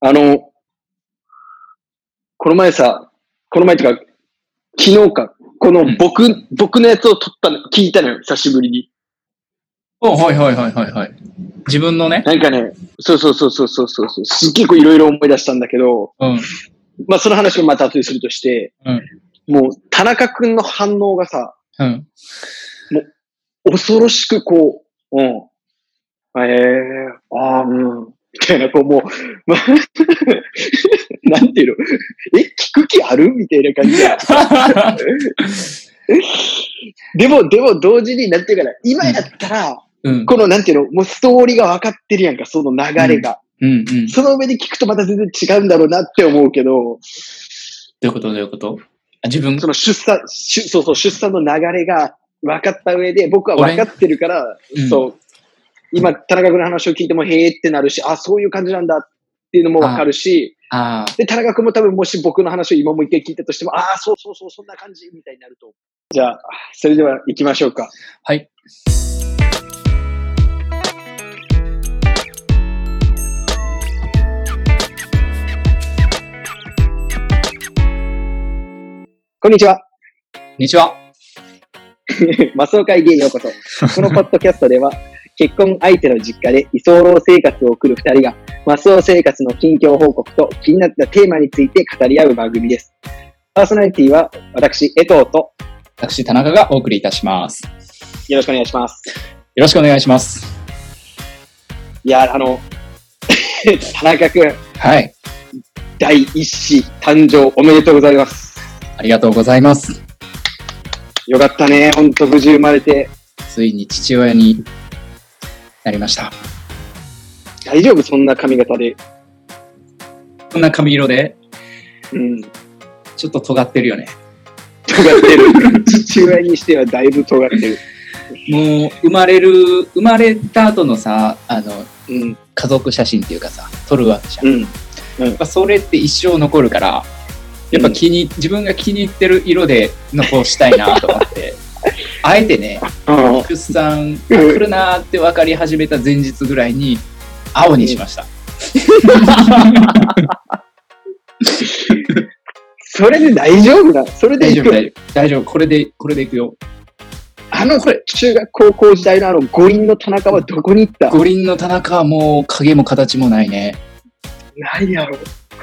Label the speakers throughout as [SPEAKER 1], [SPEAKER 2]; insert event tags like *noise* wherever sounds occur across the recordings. [SPEAKER 1] あの、この前さ、この前っていうか、昨日か、この僕、僕のやつを撮ったの、聞いたのよ、久しぶりに。
[SPEAKER 2] おはいはいはいはいはい。自分のね。
[SPEAKER 1] なんかね、そうそうそうそうそうそう、すっげえこういろいろ思い出したんだけど、
[SPEAKER 2] うん。
[SPEAKER 1] まあその話をまた後でするとして、
[SPEAKER 2] うん
[SPEAKER 1] もう田中くんの反応がさ、
[SPEAKER 2] うん。
[SPEAKER 1] 恐ろしくこう、うん。ええああ、うん。みたいな、こう *laughs* もう、まなんていうのえ、 *laughs* 聞く気あるみたいな感じで。 *laughs* でも、でも同時に、なんていうかな、今やったら、
[SPEAKER 2] *laughs* うん。
[SPEAKER 1] この、なんていうの、もうストーリーが分かってるやんか、その流れが。
[SPEAKER 2] うん。うん。ど
[SPEAKER 1] その上で聞くとまた全然違うんだろうなって思うけど、
[SPEAKER 2] ういうことどういうことあ自分
[SPEAKER 1] そ、の出産、出そうそう、出産の流れが分かった上で、僕は分かってるから、
[SPEAKER 2] うん
[SPEAKER 1] そう、今、田中君の話を聞いても、へーってなるし、あ、そういう感じなんだっていうのも分かるし、
[SPEAKER 2] ああ、
[SPEAKER 1] で、田中君も多分、もし僕の話を今もう一回聞いたとしても、ああ、そうそうそう、そんな感じみたいになると。じゃあ、それでは行きましょうか。
[SPEAKER 2] はい。
[SPEAKER 1] こんにちは。
[SPEAKER 2] こんにちは。
[SPEAKER 1] マスオ会議へようこそ。このポッドキャストでは、結婚相手の実家で居候生活を送る二人が、マスオ生活の近況報告と気になったテーマについて語り合う番組です。パーソナリティは私、江藤と
[SPEAKER 2] 私、田中がお送りいたします。
[SPEAKER 1] よ
[SPEAKER 2] よ
[SPEAKER 1] ろしくお願いします。
[SPEAKER 2] ろしくお願いします。
[SPEAKER 1] いや、あの、 *laughs* 田中くん、
[SPEAKER 2] はい。
[SPEAKER 1] 第一子誕生おめでとうございます。
[SPEAKER 2] ありがとうございます。
[SPEAKER 1] よかったね。ほんと無事生まれて。
[SPEAKER 2] ついに父親になりました。
[SPEAKER 1] 大丈夫そんな髪型で。
[SPEAKER 2] こんな髪色で、
[SPEAKER 1] うん。
[SPEAKER 2] ちょっと尖ってるよね。
[SPEAKER 1] 尖ってる。父親にしてはだいぶ尖ってる。
[SPEAKER 2] もう、生まれる、生まれた後のさ、あの、
[SPEAKER 1] うん。
[SPEAKER 2] 家族写真っていうかさ、撮るわけじゃん。
[SPEAKER 1] うん。
[SPEAKER 2] やっぱそれって一生残るから、やっぱ気に、自分が気に入ってる色で残したいなと思
[SPEAKER 1] *laughs*
[SPEAKER 2] って、あえてね、
[SPEAKER 1] ああ。
[SPEAKER 2] クスさん来るなーって分かり始めた前日ぐらいに、青にしました。
[SPEAKER 1] それで大丈夫だ。それで
[SPEAKER 2] 大
[SPEAKER 1] い
[SPEAKER 2] 丈
[SPEAKER 1] く
[SPEAKER 2] 夫、大丈夫。大丈夫、これで、これでいくよ。
[SPEAKER 1] あの、これ、中学高校時代のあの、五輪の田中はどこに行った
[SPEAKER 2] 五輪の田中はもう影も形もないね。
[SPEAKER 1] ないやろ。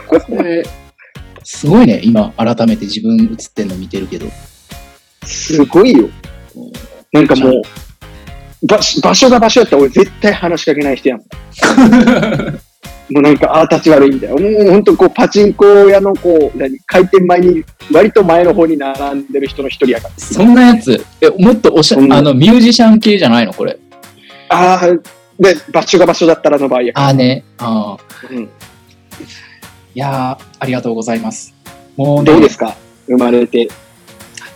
[SPEAKER 2] これ、すごいね、今、改めて自分映ってんの見てるけど。
[SPEAKER 1] すごいよ。なんかもう、場場所が場所やったら俺絶対話しかけない
[SPEAKER 2] *laughs*
[SPEAKER 1] 人やもん。もうなんか、ああ、立ち悪いみたいな。もうほんとこう、パチンコ屋のこう、何、開店前に、割と前の方に並んでる人の一人やから。
[SPEAKER 2] そんなやつ、え、もっとおしゃ、
[SPEAKER 1] うん
[SPEAKER 2] あの、ミュージシャン系じゃないのこれ。
[SPEAKER 1] ああ、で、場所が場所だったらの場合やか
[SPEAKER 2] ああね。ああ。
[SPEAKER 1] ら。うん
[SPEAKER 2] いやー、ありがとうございます。もうね、
[SPEAKER 1] どうですか生まれて。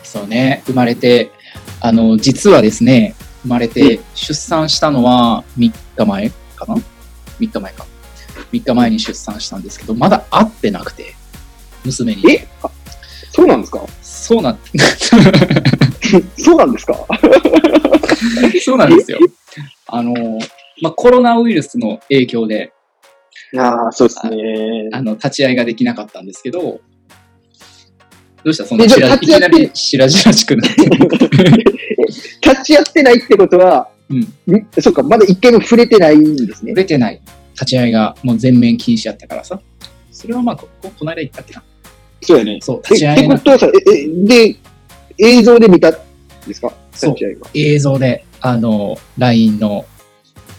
[SPEAKER 2] そうね、生まれて、あの、実はですね、生まれて、出産したのは3日前かな ?3 日前か。3日前に出産したんですけど、まだ会ってなくて、娘に。
[SPEAKER 1] えあそうなんですか
[SPEAKER 2] そうなん、 *laughs*
[SPEAKER 1] そうなんですか
[SPEAKER 2] そうなんですよ。あの、まあ、コロナウイルスの影響で、
[SPEAKER 1] ああ、そうですね。
[SPEAKER 2] あの、立ち会いができなかったんですけど、どうしたその
[SPEAKER 1] えじゃあ
[SPEAKER 2] しら、い
[SPEAKER 1] 立ち
[SPEAKER 2] き
[SPEAKER 1] 会
[SPEAKER 2] な
[SPEAKER 1] って
[SPEAKER 2] り白々しくなって。
[SPEAKER 1] 立ち会ってないってことは、、
[SPEAKER 2] うん
[SPEAKER 1] そっか、まだ一回も触れてないんですね。
[SPEAKER 2] 出てない立ち会いがもう全面禁止やったからさ。それはまあ、こここの間言ったっけな。
[SPEAKER 1] そうやね。
[SPEAKER 2] そう、
[SPEAKER 1] え
[SPEAKER 2] 立ち
[SPEAKER 1] っ
[SPEAKER 2] 会
[SPEAKER 1] て
[SPEAKER 2] い
[SPEAKER 1] こ
[SPEAKER 2] の
[SPEAKER 1] とはさ、え、え、で、映像で見たんですか
[SPEAKER 2] そう
[SPEAKER 1] 立ち会いは。
[SPEAKER 2] 映像で、あの、LINE の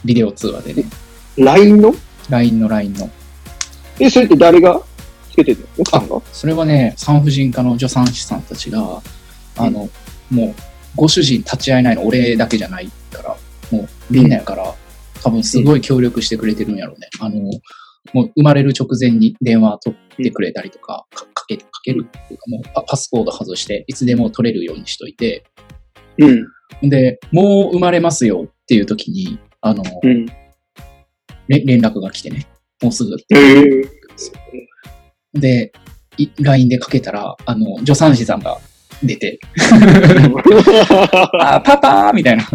[SPEAKER 2] ビデオ通話でね。
[SPEAKER 1] LINE の
[SPEAKER 2] LINE の LINE の。
[SPEAKER 1] え、それって誰がつけてるの奥さんが
[SPEAKER 2] それはね、産婦人科の助産師さんたちが、あの、もう、ご主人立ち会えないの俺だけじゃないから、もうみんなやから、多分すごい協力してくれてるんやろうね。あの、もう生まれる直前に電話取ってくれたりとか、かかけ、かけるっていうか、もうパパスコード外して、いつでも取れるようにしといて、
[SPEAKER 1] うん。
[SPEAKER 2] で、もう生まれますよっていう時に、あの、
[SPEAKER 1] うん。
[SPEAKER 2] れ連絡が来てね、もうすぐ
[SPEAKER 1] え *laughs*
[SPEAKER 2] で、い LINE でかけたら、あの、助産師さんが出て、
[SPEAKER 1] ー、
[SPEAKER 2] *laughs* あ、パパーみたいな。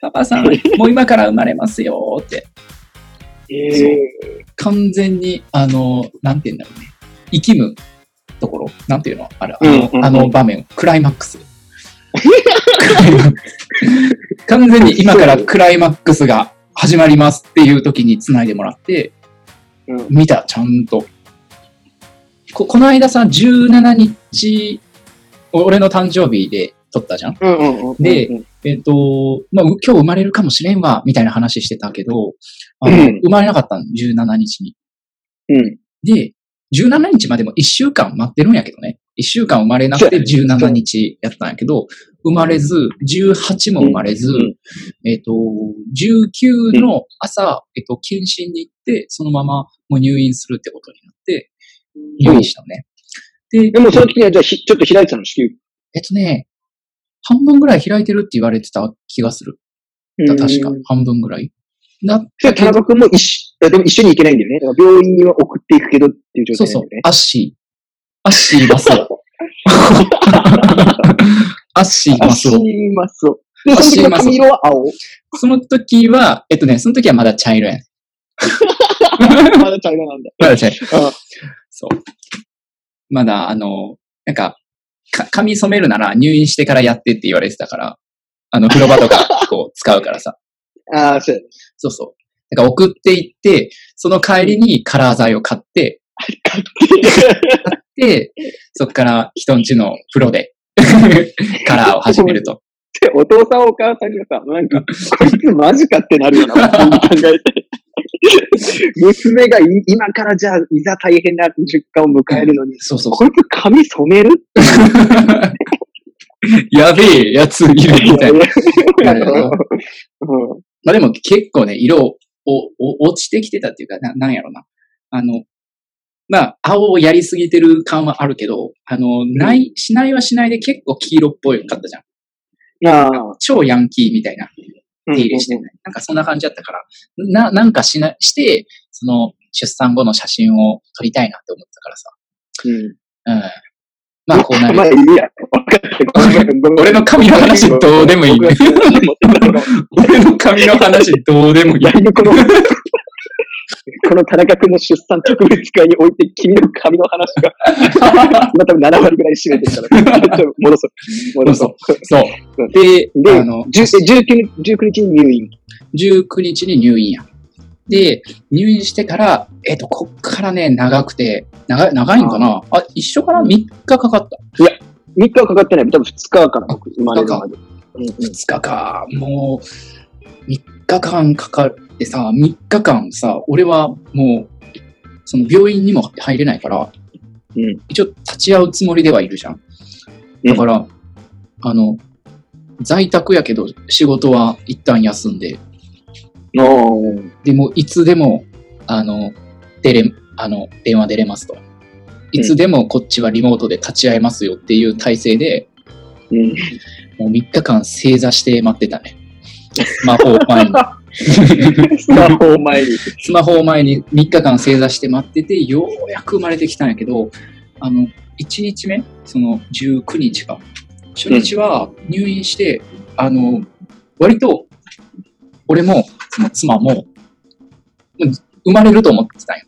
[SPEAKER 2] パパさん、もう今から生まれますよーって。
[SPEAKER 1] ええ
[SPEAKER 2] 完全に、あの、なんて言うんだろうね。生きむところ、なんていうのあれ、あの,、
[SPEAKER 1] うんうんうん
[SPEAKER 2] あの場面、クライマックス。 *laughs* クライマックス完全に今からクライマックスが始まりますっていう時に繋いでもらって、
[SPEAKER 1] うん
[SPEAKER 2] 見た、ちゃんと。ここの間さ、17日、俺の誕生日で撮ったじゃん
[SPEAKER 1] うんうんうん。
[SPEAKER 2] で
[SPEAKER 1] うん
[SPEAKER 2] えっ、と、まあ、う今日生まれるかもしれんわ、みたいな話してたけど、あの
[SPEAKER 1] うん
[SPEAKER 2] 生まれなかったの、17日に。
[SPEAKER 1] うん。
[SPEAKER 2] で、17日までも1週間待ってるんやけどね。1週間生まれなくて17日やったんやけど、生まれず、18も生まれず、
[SPEAKER 1] うん
[SPEAKER 2] えっ、と、19の朝、えっ、と、検診に行って、そのままもう入院するってことになって、入院したのね。で
[SPEAKER 1] でもその時にはじゃあひちょっと開いてたの、子宮。
[SPEAKER 2] えっとね、半分ぐらい開いてるって言われてた気がする。た確か
[SPEAKER 1] うん。。
[SPEAKER 2] 半分ぐらい。だ
[SPEAKER 1] じゃあ田中君も一緒、いやでも一緒に行けないんだよね。だから病院には送っていくけどっていう状
[SPEAKER 2] そう
[SPEAKER 1] 態
[SPEAKER 2] そ
[SPEAKER 1] な
[SPEAKER 2] うん
[SPEAKER 1] だよね。、
[SPEAKER 2] アッシー。アッシーマ *laughs* スオ。アッシーマスオ。
[SPEAKER 1] 足マスオ。で、その時の髪色は青。
[SPEAKER 2] その時は、えっとね、その時はまだ茶色やね。
[SPEAKER 1] まだ茶色なんだ。
[SPEAKER 2] まだ茶色。
[SPEAKER 1] あ
[SPEAKER 2] *laughs* そう。まだ、あの、なんか、か髪染めるなら入院してからやってって言われてたから、あの、風呂場とか、 *laughs* こう、使うからさ。
[SPEAKER 1] あー、
[SPEAKER 2] *laughs*
[SPEAKER 1] そうやね。
[SPEAKER 2] そうそう。なんか送っていって、その帰りにカラー剤を買って、で、そっから人んちの風呂で *laughs* カラーを始めると。
[SPEAKER 1] でお父さんお母さんがさ、なんか、こいつマジかってなるような、普通に考えて。娘がい今からじゃあ、いざ大変な出荷を迎えるのに、
[SPEAKER 2] そうそう。
[SPEAKER 1] こいつ髪染める
[SPEAKER 2] *laughs* やべえやついるみた
[SPEAKER 1] *laughs*
[SPEAKER 2] いな。
[SPEAKER 1] なる
[SPEAKER 2] なるほど
[SPEAKER 1] ほど。
[SPEAKER 2] まあでも結構ね、色をおお落ちてきてたっていうか、ななんやろな。あの、まあ、青をやりすぎてる感はあるけど、あの、ない、しないはしないで結構黄色っぽいかったじゃ
[SPEAKER 1] う
[SPEAKER 2] ん。
[SPEAKER 1] ん。ああ。
[SPEAKER 2] 超ヤンキーみたいな。
[SPEAKER 1] うん
[SPEAKER 2] 手入れしてない。なんかそんな感じだったから、な、なんかしな、して、その、出産後の写真を撮りたいなって思ってたからさ。
[SPEAKER 1] うん。
[SPEAKER 2] うん。まあ、こうな
[SPEAKER 1] まあ、
[SPEAKER 2] る。
[SPEAKER 1] いいや。分かったごめんごめんごめん。
[SPEAKER 2] 俺の髪の話どうでもいいね。 *laughs* 俺の髪の話どうでもいい
[SPEAKER 1] だ。いぶこの、この田中君の出産特別会において、君の髪の話
[SPEAKER 2] *laughs*
[SPEAKER 1] が、また7割ぐらい占めてるから、ちょっと戻そう。戻そう。
[SPEAKER 2] そう。で、
[SPEAKER 1] で
[SPEAKER 2] あの、
[SPEAKER 1] 10 19, 19日に入院。
[SPEAKER 2] 19日に入院や。で、入院してから、えっ、と、こっからね、長くて、長い、長いんかなあ一緒かな ?3 日かかった。
[SPEAKER 1] 3日はかかってない。多分2日から僕生まれるまで。うんうん
[SPEAKER 2] 2日か、もう、3日間かかってさ、3日間さ、俺はもう、その病院にも入れないから、
[SPEAKER 1] うん
[SPEAKER 2] 一応立ち会うつもりではいるじゃん。だから、あの、在宅やけど仕事は一旦休んで、
[SPEAKER 1] おー
[SPEAKER 2] でもいつでも、あの、出れ、あの、電話出れますと。いつでもこっちはリモートで立ち会えますよっていう体制で、
[SPEAKER 1] うん
[SPEAKER 2] *laughs* もう3日間正座して待ってたね。スマホを前に。
[SPEAKER 1] スマホを前に。
[SPEAKER 2] スマホを前に3日間正座して待ってて、ようやく生まれてきたんやけど、あの、1日目、その19日か。初日は入院して、あの、割と、俺も、その妻も、もう生まれると思ってたんよ。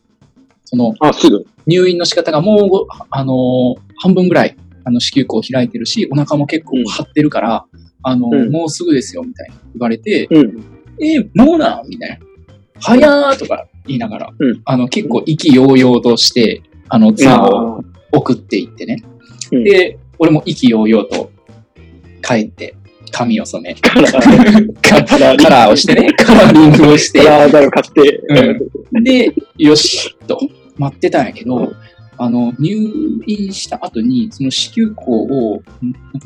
[SPEAKER 2] その、
[SPEAKER 1] あ、すぐ。
[SPEAKER 2] 入院の仕方がもうご、あのー半分ぐらい、あの、子宮口開いてるし、お腹も結構張ってるから、あの
[SPEAKER 1] う
[SPEAKER 2] ー
[SPEAKER 1] ん
[SPEAKER 2] もうすぐですよ、みたいな言われて、
[SPEAKER 1] うん。
[SPEAKER 2] えーもうなんみたいな。早ーとか言いながら、
[SPEAKER 1] うん
[SPEAKER 2] あの、結構意気揚々として、あの、妻を
[SPEAKER 1] あー
[SPEAKER 2] 送っていってね。
[SPEAKER 1] うん
[SPEAKER 2] で、俺も意気揚々と帰って、髪を染め、
[SPEAKER 1] カラー、
[SPEAKER 2] カ
[SPEAKER 1] カラー、
[SPEAKER 2] ラーをして
[SPEAKER 1] *laughs*
[SPEAKER 2] ね、カラーリングをして
[SPEAKER 1] カ、ラーだよ、買って。
[SPEAKER 2] で、よし、と待ってたんやけど、あの、入院した後に、その子宮口を、んなんか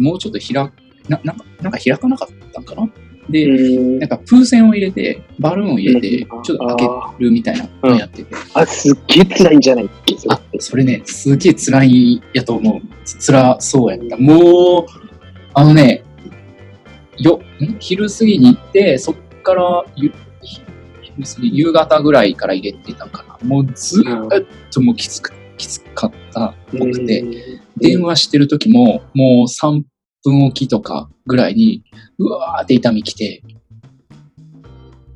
[SPEAKER 2] もうちょっと開く、ななんか、なんか開かなかったんかなで、
[SPEAKER 1] うん
[SPEAKER 2] なんか風船を入れて、バルーンを入れて、ちょっと開け
[SPEAKER 1] あ
[SPEAKER 2] るみたいなのやってて、
[SPEAKER 1] ーあ、すっげえ辛いんじゃないっけそれ
[SPEAKER 2] あ、それね、すげえ辛いやと思う。つ辛そうやった。もう、あのね、よ、ん昼過ぎに行って、そっから、ゆ昼過ぎ、夕方ぐらいから入れてたんかな。もうずーっともうきつく、きつかったっぽくて、電話してる時も、もう3分おきとかぐらいに、うわーって痛み来て、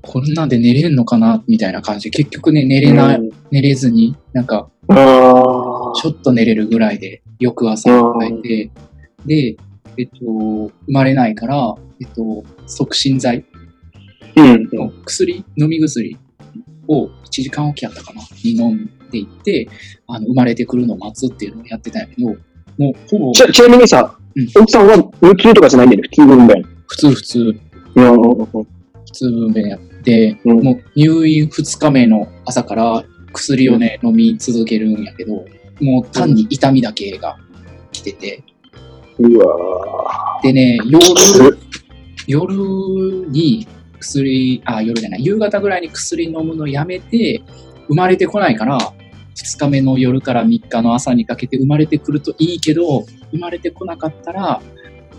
[SPEAKER 2] こんなんで寝れんのかなみたいな感じで、結局ね、寝れない、
[SPEAKER 1] うん
[SPEAKER 2] 寝れずに、なんか、
[SPEAKER 1] あ
[SPEAKER 2] ちょっと寝れるぐらいで、翌朝を迎えて、で、えっと、生まれないから、えっと、促進剤
[SPEAKER 1] ーうん。
[SPEAKER 2] の薬、飲み薬を1時間おきやったかな、に飲んでいって、あの、生まれてくるのを待つっていうのをやってたんやけど、もうほぼ
[SPEAKER 1] ちなちなみにさ、
[SPEAKER 2] うん
[SPEAKER 1] 奥さんは無給とかじゃないんだよ、普通分娩。
[SPEAKER 2] 普通普通、
[SPEAKER 1] うんうんうん
[SPEAKER 2] 普通分娩やって、
[SPEAKER 1] うん
[SPEAKER 2] もう入院2日目の朝から薬をね、飲み続けるんやけど、もう単に痛みだけが来てて、
[SPEAKER 1] うわ
[SPEAKER 2] でね、
[SPEAKER 1] ぁ。き
[SPEAKER 2] 夜、
[SPEAKER 1] つ
[SPEAKER 2] 夜に薬、あ、夜じゃない、夕方ぐらいに薬飲むのやめて、生まれてこないから、2日目の夜から3日の朝にかけて生まれてくるといいけど、生まれてこなかったら、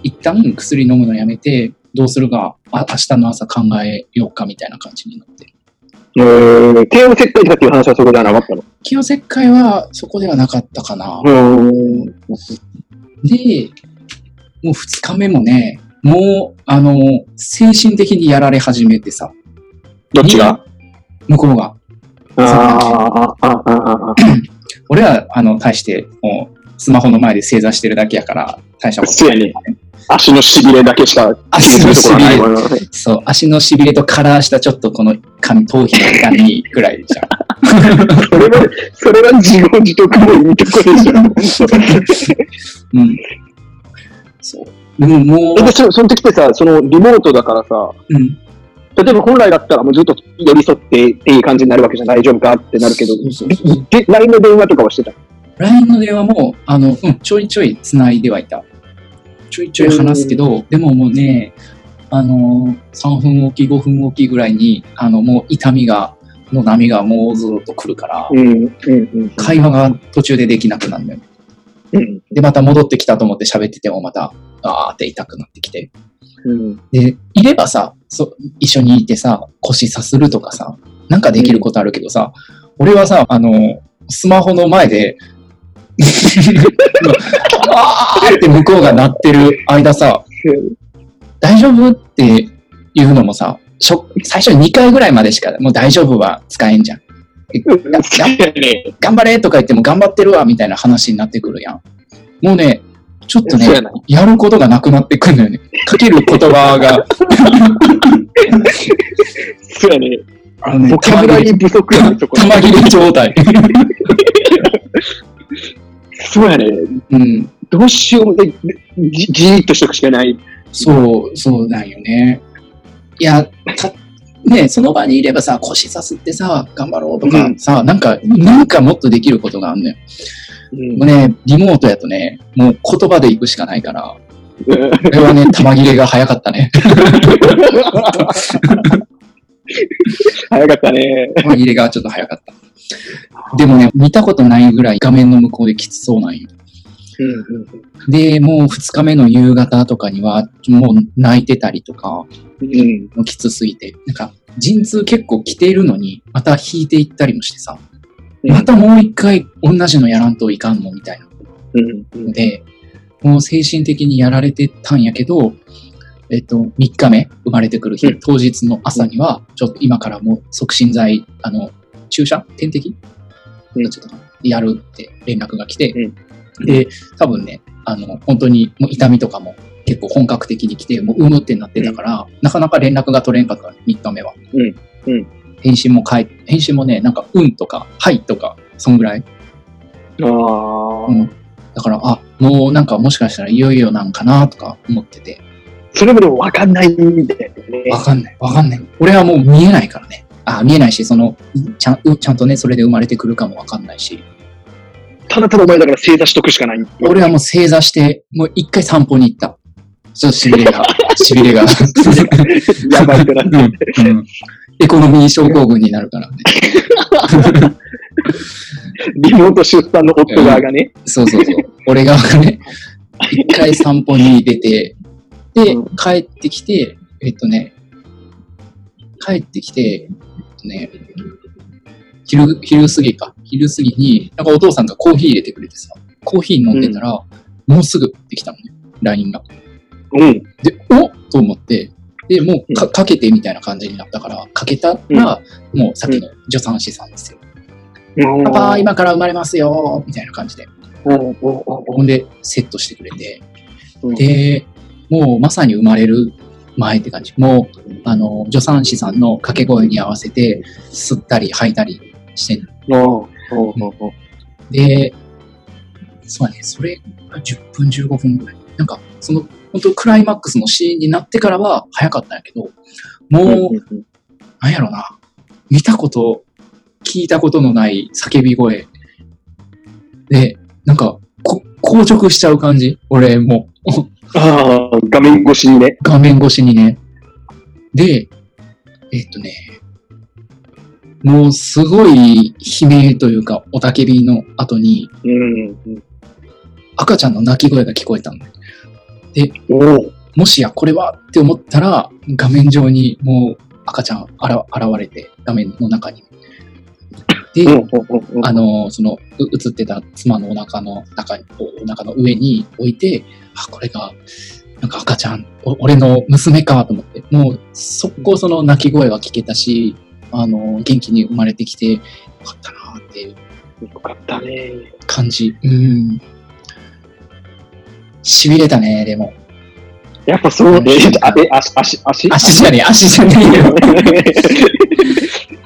[SPEAKER 2] 一旦薬飲むのやめて、どうするか、あ明日の朝考えようかみたいな感じになって。
[SPEAKER 1] えー、帝王切開とかっていう話はそこではなかったの。
[SPEAKER 2] 清切開はそこではなかったかな。
[SPEAKER 1] うん。
[SPEAKER 2] で、もう2日目もね、もう、あの、精神的にやられ始めてさ、
[SPEAKER 1] どっちが
[SPEAKER 2] 向こうが、
[SPEAKER 1] あーあー、あーあー、あ
[SPEAKER 2] 俺は、あの、大して、もう、スマホの前で正座してるだけやから、大した
[SPEAKER 1] あ。
[SPEAKER 2] こ
[SPEAKER 1] *laughs*
[SPEAKER 2] と
[SPEAKER 1] そうやね。足のしびれだけしか気にするところはないもんな。
[SPEAKER 2] そう、足のしびれとカラーしたちょっとこの髪、頭皮の痛みぐらいじゃん。
[SPEAKER 1] それは、それは自業自得のいいとこでしょ。
[SPEAKER 2] うん。そう。でもも
[SPEAKER 1] *laughs* *laughs* えでそその時ってさ、そのリモートだからさ、
[SPEAKER 2] う、うん。
[SPEAKER 1] 例えば本来だったらもうずっと寄り添ってっていう感じになるわけじゃん大丈夫かってなるけど、
[SPEAKER 2] そうそうそう
[SPEAKER 1] で、LINE の電話とかはしてた。
[SPEAKER 2] LINE の電話も、あの、うん、ちょいちょい繋いではいた。ちょいちょい話すけど、でももうね、あの、3分おき、5分おきぐらいに、あの、もう痛みが、の波がもうずっと来るから、
[SPEAKER 1] うん、うん、うん。
[SPEAKER 2] 会話が途中でできなくなるのよ。
[SPEAKER 1] うん、
[SPEAKER 2] で、また戻ってきたと思って喋っててもまた、あーって痛くなってきて。
[SPEAKER 1] うん。
[SPEAKER 2] で、いればさ、そ一緒にいてさ、腰さするとかさ、なんかできることあるけどさ、俺はさ、あの、スマホの前で、 *laughs* あーって向こうが鳴ってる間さ、大丈夫っていうのもさ、しょ最初2回ぐらいまでしか、もう大丈夫は使えんじゃん。頑張れとか言っても頑張ってるわみたいな話になってくるやん。もうね、ちょっとね
[SPEAKER 1] そうやな、
[SPEAKER 2] やることがなくなってくるのよね。かける言葉が、
[SPEAKER 1] そうやね。
[SPEAKER 2] あのね
[SPEAKER 1] ボキャブラリー不足やね、そこ。
[SPEAKER 2] 玉切れ状態。
[SPEAKER 1] そうやね。
[SPEAKER 2] うん。
[SPEAKER 1] どうしようもない。じじーっとしておくしかない。
[SPEAKER 2] そう、そうなんよね。いや、たね、その場にいればさ、腰さすってさ、頑張ろうとか
[SPEAKER 1] うん
[SPEAKER 2] さ、なんか、なんかもっとできることがあんの
[SPEAKER 1] う
[SPEAKER 2] よ。
[SPEAKER 1] ん
[SPEAKER 2] もうね、リモートやとね、もう言葉で行くしかないから、こ
[SPEAKER 1] うん
[SPEAKER 2] れはね、玉切れが早かったね。
[SPEAKER 1] 早かったね。
[SPEAKER 2] 玉切れがちょっと早かった。でもね、見たことないぐらい画面の向こうできつそうなんよ。で、もう2日目の夕方とかには、もう泣いてたりとか、
[SPEAKER 1] うん。
[SPEAKER 2] もうきつすぎて、なんか、陣痛結構来ているのに、また引いていったりもしてさ、
[SPEAKER 1] うん
[SPEAKER 2] またもう一回同じのやらんといかんのみたいな
[SPEAKER 1] うん。
[SPEAKER 2] ので、もう精神的にやられてたんやけど、えっと、3日目、生まれてくる日、
[SPEAKER 1] うん
[SPEAKER 2] 当日の朝には、ちょっと今からもう促進剤、あの、注射点滴
[SPEAKER 1] うん
[SPEAKER 2] ちょっとやるって連絡が来て、
[SPEAKER 1] うん
[SPEAKER 2] で、多分ね、あの、本当にもう痛みとかも結構本格的に来て、もううむってなってたから、なかなか連絡が取れんかったの、3日目は。
[SPEAKER 1] うんうん
[SPEAKER 2] 返信も返、返信もね、なんか、うんとか、はいとか、そんぐらい。
[SPEAKER 1] あ
[SPEAKER 2] う
[SPEAKER 1] あ。
[SPEAKER 2] んだから、あ、もうなんかもしかしたらいよいよなんかなとか思ってて、
[SPEAKER 1] それもでも分かんないんだよね。
[SPEAKER 2] わかんない、わかんない。俺はもう見えないからね。あ、見えないし、その、ちゃん、うちゃんとね、それで生まれてくるかもわかんないし、
[SPEAKER 1] ただただお前だから正座しとくしかない。
[SPEAKER 2] 俺はもう正座して、もう一回散歩に行った。ちょっとしびれ
[SPEAKER 1] *laughs*
[SPEAKER 2] が、しびれが。
[SPEAKER 1] やばいくなって。
[SPEAKER 2] うんうんエコノミー症候群になるからね。
[SPEAKER 1] リモート出産の夫側がね。
[SPEAKER 2] そうそうそう。俺側がね、一回散歩に出て、で
[SPEAKER 1] う、
[SPEAKER 2] 帰ってきて、えっとね、帰ってきて、えっとね、昼、昼過ぎか。昼過ぎに、なんかお父さんがコーヒー入れてくれてさ、コーヒー飲んでたら、もうすぐできたのね、LINE が。
[SPEAKER 1] うん。
[SPEAKER 2] で、おっと思って、で、もうかかけてみたいな感じになったから、かけたら、もうさっきの助産師さんですよ。
[SPEAKER 1] うん
[SPEAKER 2] パパ、今から生まれますよみたいな感じで。
[SPEAKER 1] おうおうおう
[SPEAKER 2] ほんで、セットしてくれて。
[SPEAKER 1] うん
[SPEAKER 2] で、もうまさに生まれる前って感じ。もう、あの、助産師さんの掛け声に合わせて、吸ったり吐いたりしてんの
[SPEAKER 1] おうおうおうおう
[SPEAKER 2] で、そうだね、それが10分、15分ぐらい。なんか、その、本当クライマックスのシーンになってからは早かったんやけど、もう、なんやろな、見たこと、聞いたことのない叫び声。で、なんか、こ硬直しちゃう感じ俺もう。
[SPEAKER 1] ああ、画面越しにね。
[SPEAKER 2] 画面越しにね。で、えっとね、もうすごい悲鳴というか、おたけびの後に
[SPEAKER 1] うんうん。
[SPEAKER 2] 赤ちゃんの泣き声が聞こえたの。
[SPEAKER 1] おう
[SPEAKER 2] もしやこれはって思ったら、画面上にもう赤ちゃんあら現れて、画面の中に。で、
[SPEAKER 1] おうおうおうおう
[SPEAKER 2] あの、その、う映ってた妻のお腹の中に、おお腹の上に置いて、あ、これが、なんか赤ちゃん、お俺の娘かと思って、もう、速攻その泣き声は聞けたし、あの、元気に生まれてきて、よかったなっていう
[SPEAKER 1] よかったね。
[SPEAKER 2] 感じ。うん。痺れたね、でも。
[SPEAKER 1] やっぱそう、え、ちょっと、あえ、足、足、足
[SPEAKER 2] 足じゃねえ、足じゃねえよ。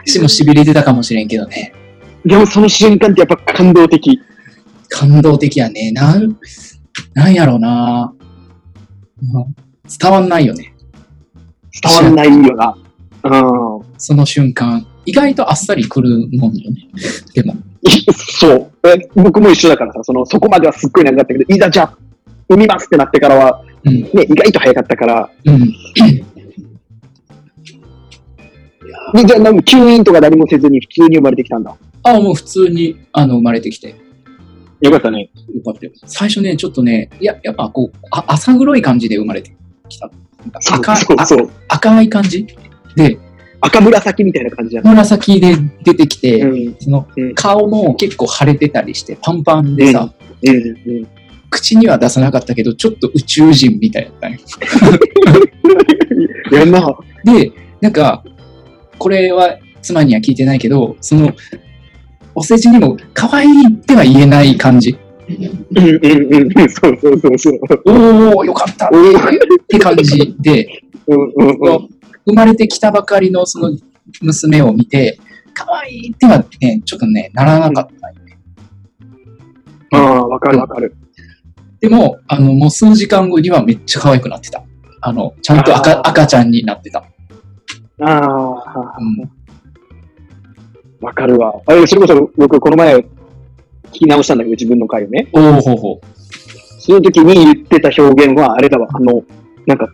[SPEAKER 2] 足も痺れてたかもしれんけどね。
[SPEAKER 1] でもその瞬間ってやっぱ感動的。
[SPEAKER 2] 感動的やね。なん、なんやろうな、うん伝わんないよね。
[SPEAKER 1] 伝わらないよな。うん。
[SPEAKER 2] その瞬間。意外とあっさり来るもんよね。でも、
[SPEAKER 1] そう。え僕も一緒だからさ、その、そこまではすっごい長かったけど、いざじゃあ、産みますってなってからは、
[SPEAKER 2] うん
[SPEAKER 1] ね、意外と早かったから、
[SPEAKER 2] うん。
[SPEAKER 1] でじゃあ、なんか吸引とか何もせずに普通に生まれてきたんだ。
[SPEAKER 2] あ、もう普通に、あの、生まれてきて、よ
[SPEAKER 1] よかったね。
[SPEAKER 2] かったよ。最初ね、ちょっとね、いや、やっぱこう、あ浅黒い感じで生まれてきた。
[SPEAKER 1] そう
[SPEAKER 2] 赤い
[SPEAKER 1] そうそう。
[SPEAKER 2] あ赤い感じで、
[SPEAKER 1] 赤紫みたいな感じだね。
[SPEAKER 2] 紫で出てきて、
[SPEAKER 1] うん。
[SPEAKER 2] その
[SPEAKER 1] うん、
[SPEAKER 2] 顔も結構腫れてたりして、パンパンでさ、
[SPEAKER 1] うん。うん。
[SPEAKER 2] 口には出さなかったけど、ちょっと宇宙人みたいだったね。
[SPEAKER 1] やんな。
[SPEAKER 2] で、なんか、これは妻には聞いてないけど、その、お世辞にも可愛いっては言えない感じ。
[SPEAKER 1] うんうんうん。そうそうそうそう。
[SPEAKER 2] おお、よかったっ
[SPEAKER 1] うん
[SPEAKER 2] て感じで、
[SPEAKER 1] うんうんうん。
[SPEAKER 2] 生まれてきたばかりのその娘を見て、可愛いってはね、ちょっとね、ならなかった。
[SPEAKER 1] ああ、わかるわかる。
[SPEAKER 2] でも、あの、もう数時間後にはめっちゃ可愛くなってた。あの、ちゃんと赤
[SPEAKER 1] あー
[SPEAKER 2] 赤ちゃんになってた。
[SPEAKER 1] ああ。
[SPEAKER 2] うん
[SPEAKER 1] わかるわ。あれ、それこそ僕、この前、聞き直したんだけど、自分の回をね。
[SPEAKER 2] おおほうほ
[SPEAKER 1] その時に言ってた表現は、あれだわ、あの、なんか、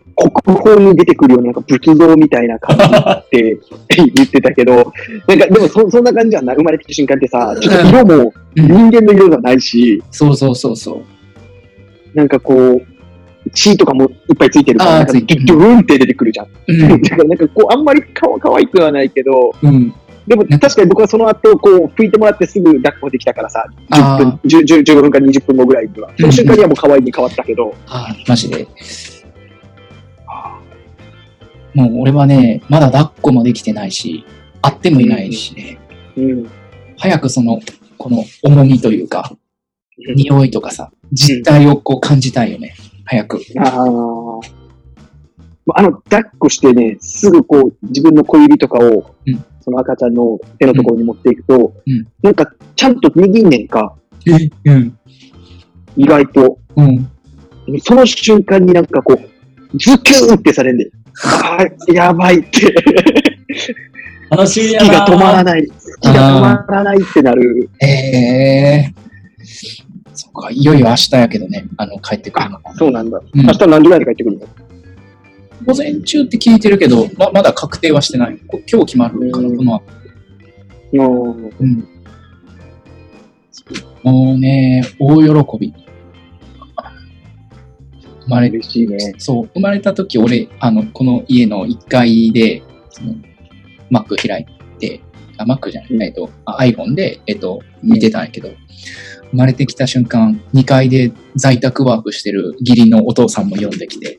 [SPEAKER 1] 国宝に出てくるような、なんか仏像みたいな感じって *laughs* 言ってたけど、なんか、でもそ、そんな感じじゃない。生まれてきた瞬間ってさ、ちょっと色も、
[SPEAKER 2] う
[SPEAKER 1] 人
[SPEAKER 2] ん
[SPEAKER 1] 間の色がないし、
[SPEAKER 2] そうそうそうそう。
[SPEAKER 1] なんかこう、血とかもいっぱいついてるから、
[SPEAKER 2] あー
[SPEAKER 1] なんか
[SPEAKER 2] つ
[SPEAKER 1] ド
[SPEAKER 2] いてる
[SPEAKER 1] ゥドゥーンって出てくるじゃん。
[SPEAKER 2] うん。
[SPEAKER 1] だからなんかこう、あんまりかわ可愛くはないけど、
[SPEAKER 2] うん。
[SPEAKER 1] でも確かに僕はその後、こう、拭いてもらってすぐ抱っこできたからさ、10分
[SPEAKER 2] あ、
[SPEAKER 1] 10 10 15分か20分後ぐらいには、その瞬間にはもう可愛いに変わったけど、
[SPEAKER 2] あー、マジで。もう俺はね、まだ抱っこもできてないし、会ってもいないしね、
[SPEAKER 1] うん。
[SPEAKER 2] 早くその、この重みというか、
[SPEAKER 1] うん
[SPEAKER 2] 匂いとかさ、実体をこう感じたいよね。早く。
[SPEAKER 1] あのあの、抱っこしてね、すぐこう、自分の小指とかを、
[SPEAKER 2] うん
[SPEAKER 1] その赤ちゃんの手のところに持っていくと、
[SPEAKER 2] うん
[SPEAKER 1] なんか、ちゃんと握んねんか、
[SPEAKER 2] え、うん。
[SPEAKER 1] 意外と。
[SPEAKER 2] うん。
[SPEAKER 1] その瞬間になんかこう、ズキューンってされんねん。あーやばいって。
[SPEAKER 2] 楽
[SPEAKER 1] 好
[SPEAKER 2] し
[SPEAKER 1] き
[SPEAKER 2] いや
[SPEAKER 1] が止まら
[SPEAKER 2] い。
[SPEAKER 1] ない。好きが止まらないってなる。
[SPEAKER 2] ええそっか、いよいよ明日やけどね、あの、帰ってくるのが。
[SPEAKER 1] そうなんだ。
[SPEAKER 2] うん
[SPEAKER 1] 明日何時ぐらいに帰ってくるの
[SPEAKER 2] 午前中って聞いてるけど、ままだ確定はしてない。こ今日決まるから、
[SPEAKER 1] うん
[SPEAKER 2] この後
[SPEAKER 1] うん
[SPEAKER 2] うん。もうね、大喜び。生まれ、
[SPEAKER 1] 嬉しいね。
[SPEAKER 2] そう、生まれた時俺、あの、この家の1階で、その、マック開いて、あ、マックじゃない、えっと、あ iPhone で、えっと、見てたんやけど、生まれてきた瞬間、2階で在宅ワークしてる義理のお父さんも呼んできて、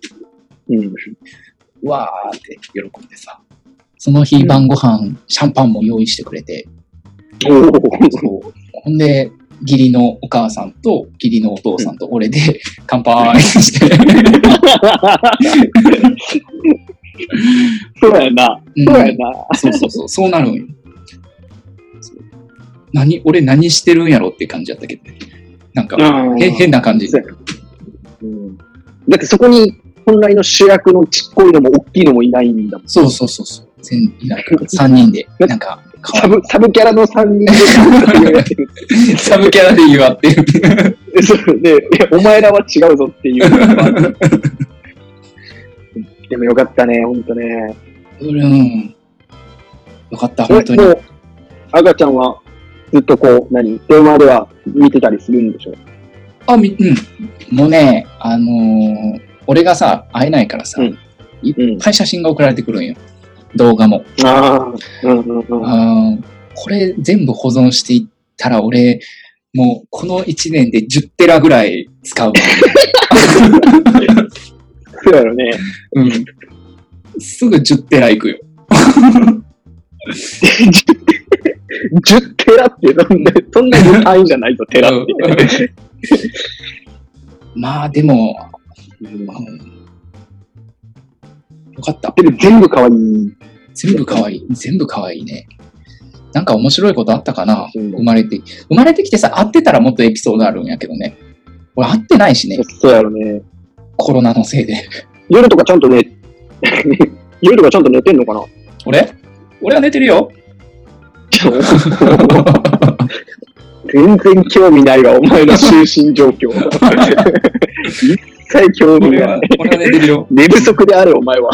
[SPEAKER 1] うん。
[SPEAKER 2] うわーって喜んでさ、その日晩ご飯、シャンパンも用意してくれて、
[SPEAKER 1] お
[SPEAKER 2] そうほんで、義理のお母さんと義理のお父さんと俺で *laughs* 乾杯して、
[SPEAKER 1] そうやな。
[SPEAKER 2] う
[SPEAKER 1] *laughs*
[SPEAKER 2] ん
[SPEAKER 1] そうやな。
[SPEAKER 2] そうそうそう、そうなるんよ。そう何、俺何してるんやろって感じやったけどね。なんか、
[SPEAKER 1] うん
[SPEAKER 2] へ変な感じ。
[SPEAKER 1] そうやなうんだってそこに本来の主役のちっこいのも大きいのもいないんだもん。
[SPEAKER 2] そうそうそうそう。全なんか3人で、なんか、
[SPEAKER 1] サブサブキャラの3人でやってる
[SPEAKER 2] *laughs* サブキャラで祝ってる。
[SPEAKER 1] そう *laughs* で、いやお前らは違うぞって
[SPEAKER 2] *laughs*
[SPEAKER 1] いう。でもよかったね、ほんとね。
[SPEAKER 2] うん。よかった、
[SPEAKER 1] えも
[SPEAKER 2] 本当に。
[SPEAKER 1] う、赤ちゃんはずっとこう、何電話では見てたりするんでしょ
[SPEAKER 2] あ、み、うん。もうね、あのー俺がさ、会えないからさ、
[SPEAKER 1] うん
[SPEAKER 2] いっ
[SPEAKER 1] うん
[SPEAKER 2] ぱい写真が送られてくるんよ。動画も。
[SPEAKER 1] ああ、うんうんうん。
[SPEAKER 2] あーこれ全部保存していったら、俺、もうこの1年で10テラぐらい使うわ。
[SPEAKER 1] そうやろね。
[SPEAKER 2] うん。すぐ10テラいくよ。
[SPEAKER 1] 10テラってそんな、そんなに単位じゃないぞ、テラっ
[SPEAKER 2] まあでも、
[SPEAKER 1] て。
[SPEAKER 2] うんよかった。
[SPEAKER 1] でも全部可愛い。
[SPEAKER 2] 全部可愛い。全部可愛いね。なんか面白いことあったかな
[SPEAKER 1] うん
[SPEAKER 2] 生まれて、生まれてきてさ、会ってたらもっとエピソードあるんやけどね。俺会ってないしね、
[SPEAKER 1] そうやろね。
[SPEAKER 2] コロナのせいで。
[SPEAKER 1] 夜とかちゃんとね、 *laughs* 夜とかちゃんと寝てんのかな
[SPEAKER 2] 俺俺は寝てるよ。
[SPEAKER 1] 全然興味ないわ、お前の就寝状
[SPEAKER 2] *laughs*
[SPEAKER 1] 況。一切興味
[SPEAKER 2] 俺
[SPEAKER 1] な。
[SPEAKER 2] はい俺は寝てるよ。
[SPEAKER 1] 寝不足であれ、お
[SPEAKER 2] *laughs*
[SPEAKER 1] 前は。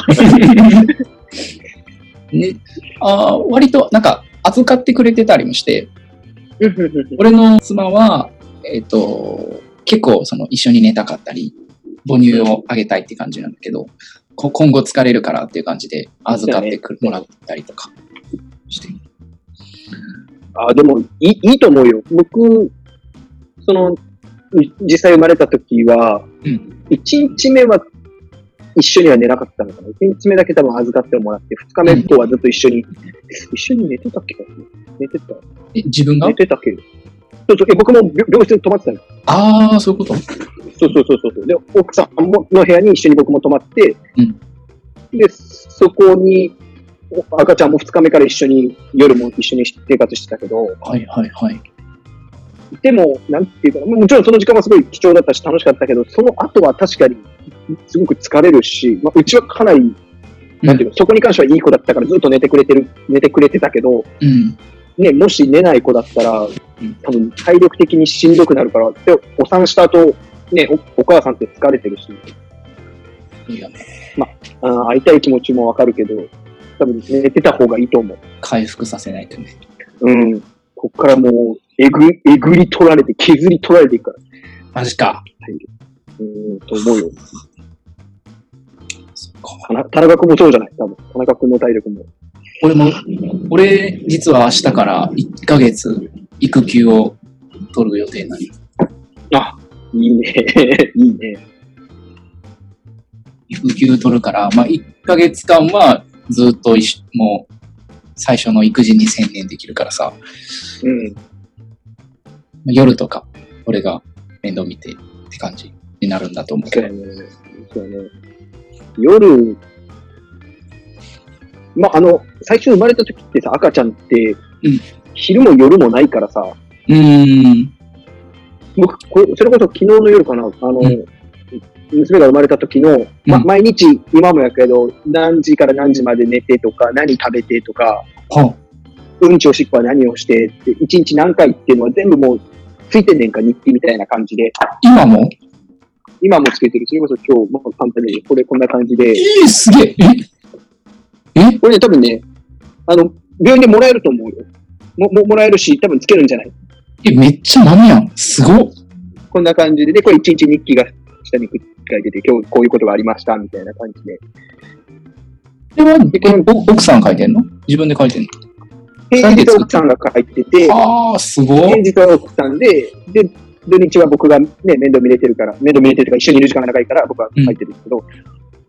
[SPEAKER 2] ね、あー割となんか預かってくれてたりもして、俺の妻は、えっ、と、結構その一緒に寝たかったり、母乳をあげたいって感じなんだけど、こ今後疲れるからっていう感じで預かってく、もらったりとかして。
[SPEAKER 1] あでもいい、いいと思うよ。僕、その、い実際生まれた時は、
[SPEAKER 2] うん。
[SPEAKER 1] 1日目は一緒には寝なかったのかな。1日目だけ多分預かってもらって、2日目とはずっと一緒に、一緒に寝てたっけ寝てた
[SPEAKER 2] え、自分が
[SPEAKER 1] 寝てたっけそうそう、え僕も病病室に泊まってたの。
[SPEAKER 2] ああ、そういうこと。
[SPEAKER 1] そうそうそうそう。で、奥さんもの部屋に一緒に僕も泊まって、
[SPEAKER 2] うん
[SPEAKER 1] で、そこに、お赤ちゃんも2日目から一緒に、夜も一緒に生活してたけど、
[SPEAKER 2] はいはいはい。
[SPEAKER 1] でも、なんていうかな、もちろんその時間はすごい貴重だったし楽しかったけど、その後は確かにすごく疲れるし、まあ、うちはかなり、なんていうの、そこに関してはいい子だったからずっと寝てくれてる、寝てくれてたけど、
[SPEAKER 2] うん。
[SPEAKER 1] ね、もし寝ない子だったら
[SPEAKER 2] ん、
[SPEAKER 1] 多分体力的にしんどくなるから、で、お産した後、ね、おお母さんって疲れてるし、
[SPEAKER 2] いいよね。
[SPEAKER 1] あー会いたい気持ちもわかるけど、多分寝てた方がいいと思う。
[SPEAKER 2] 回復させないとね。
[SPEAKER 1] うん。こっからもう、えぐ、えぐり取られて、削り取られていくから。
[SPEAKER 2] マジか。
[SPEAKER 1] うん、と思うよ。
[SPEAKER 2] そっか
[SPEAKER 1] 田中田中君もそうじゃない多分。田中君の体力も。
[SPEAKER 2] 俺も、俺、実は明日から1ヶ月、育休を取る予定なの。
[SPEAKER 1] いいね。 *laughs* いいね。
[SPEAKER 2] 育休取るから、まあ、1ヶ月間はずっと一緒もう、最初の育児に専念できるからさ、
[SPEAKER 1] うん。
[SPEAKER 2] 夜とか、俺が面倒見てって感じになるんだと思う
[SPEAKER 1] そ
[SPEAKER 2] け
[SPEAKER 1] うや
[SPEAKER 2] ど。
[SPEAKER 1] ね。そうやね。夜、まあ、あの、最初生まれた時ってさ、赤ちゃんって、
[SPEAKER 2] うん
[SPEAKER 1] 昼も夜もないからさ、
[SPEAKER 2] うーん。
[SPEAKER 1] 僕、これそれこそ昨日の夜かな、あの、
[SPEAKER 2] うん
[SPEAKER 1] 娘が生まれた時の、ま、
[SPEAKER 2] うん
[SPEAKER 1] 毎日、今もやけど、何時から何時まで寝てとか、何食べてとか、
[SPEAKER 2] は
[SPEAKER 1] うんちおしっこは何をしてって、一日何回っていうのは全部もう、ついてんねんか、日記みたいな感じで、
[SPEAKER 2] 今も
[SPEAKER 1] 今もつけてる、それこそ今日、もう簡単に、これこんな感じで、
[SPEAKER 2] えー、すげえええ
[SPEAKER 1] これね、多分ね、あの、病院でもらえると思うよ。も、も、もらえるし、多分つけるんじゃない
[SPEAKER 2] え、めっちゃ豆やん。すごっ。
[SPEAKER 1] こんな感じで、で、これ一日日記が下にくっつけてて、今日こういうことがありました、みたいな感じで。
[SPEAKER 2] これは、えお奥さんが書いてんの自分で書いてんの
[SPEAKER 1] 平日は奥さんが書いてて、
[SPEAKER 2] ああ、すご
[SPEAKER 1] 平
[SPEAKER 2] い。
[SPEAKER 1] 日は奥さんで、で、土日は僕がね、面倒見れてるから、面倒見れてるから、一緒にいる時間が長いから、僕は書いてるんですけど、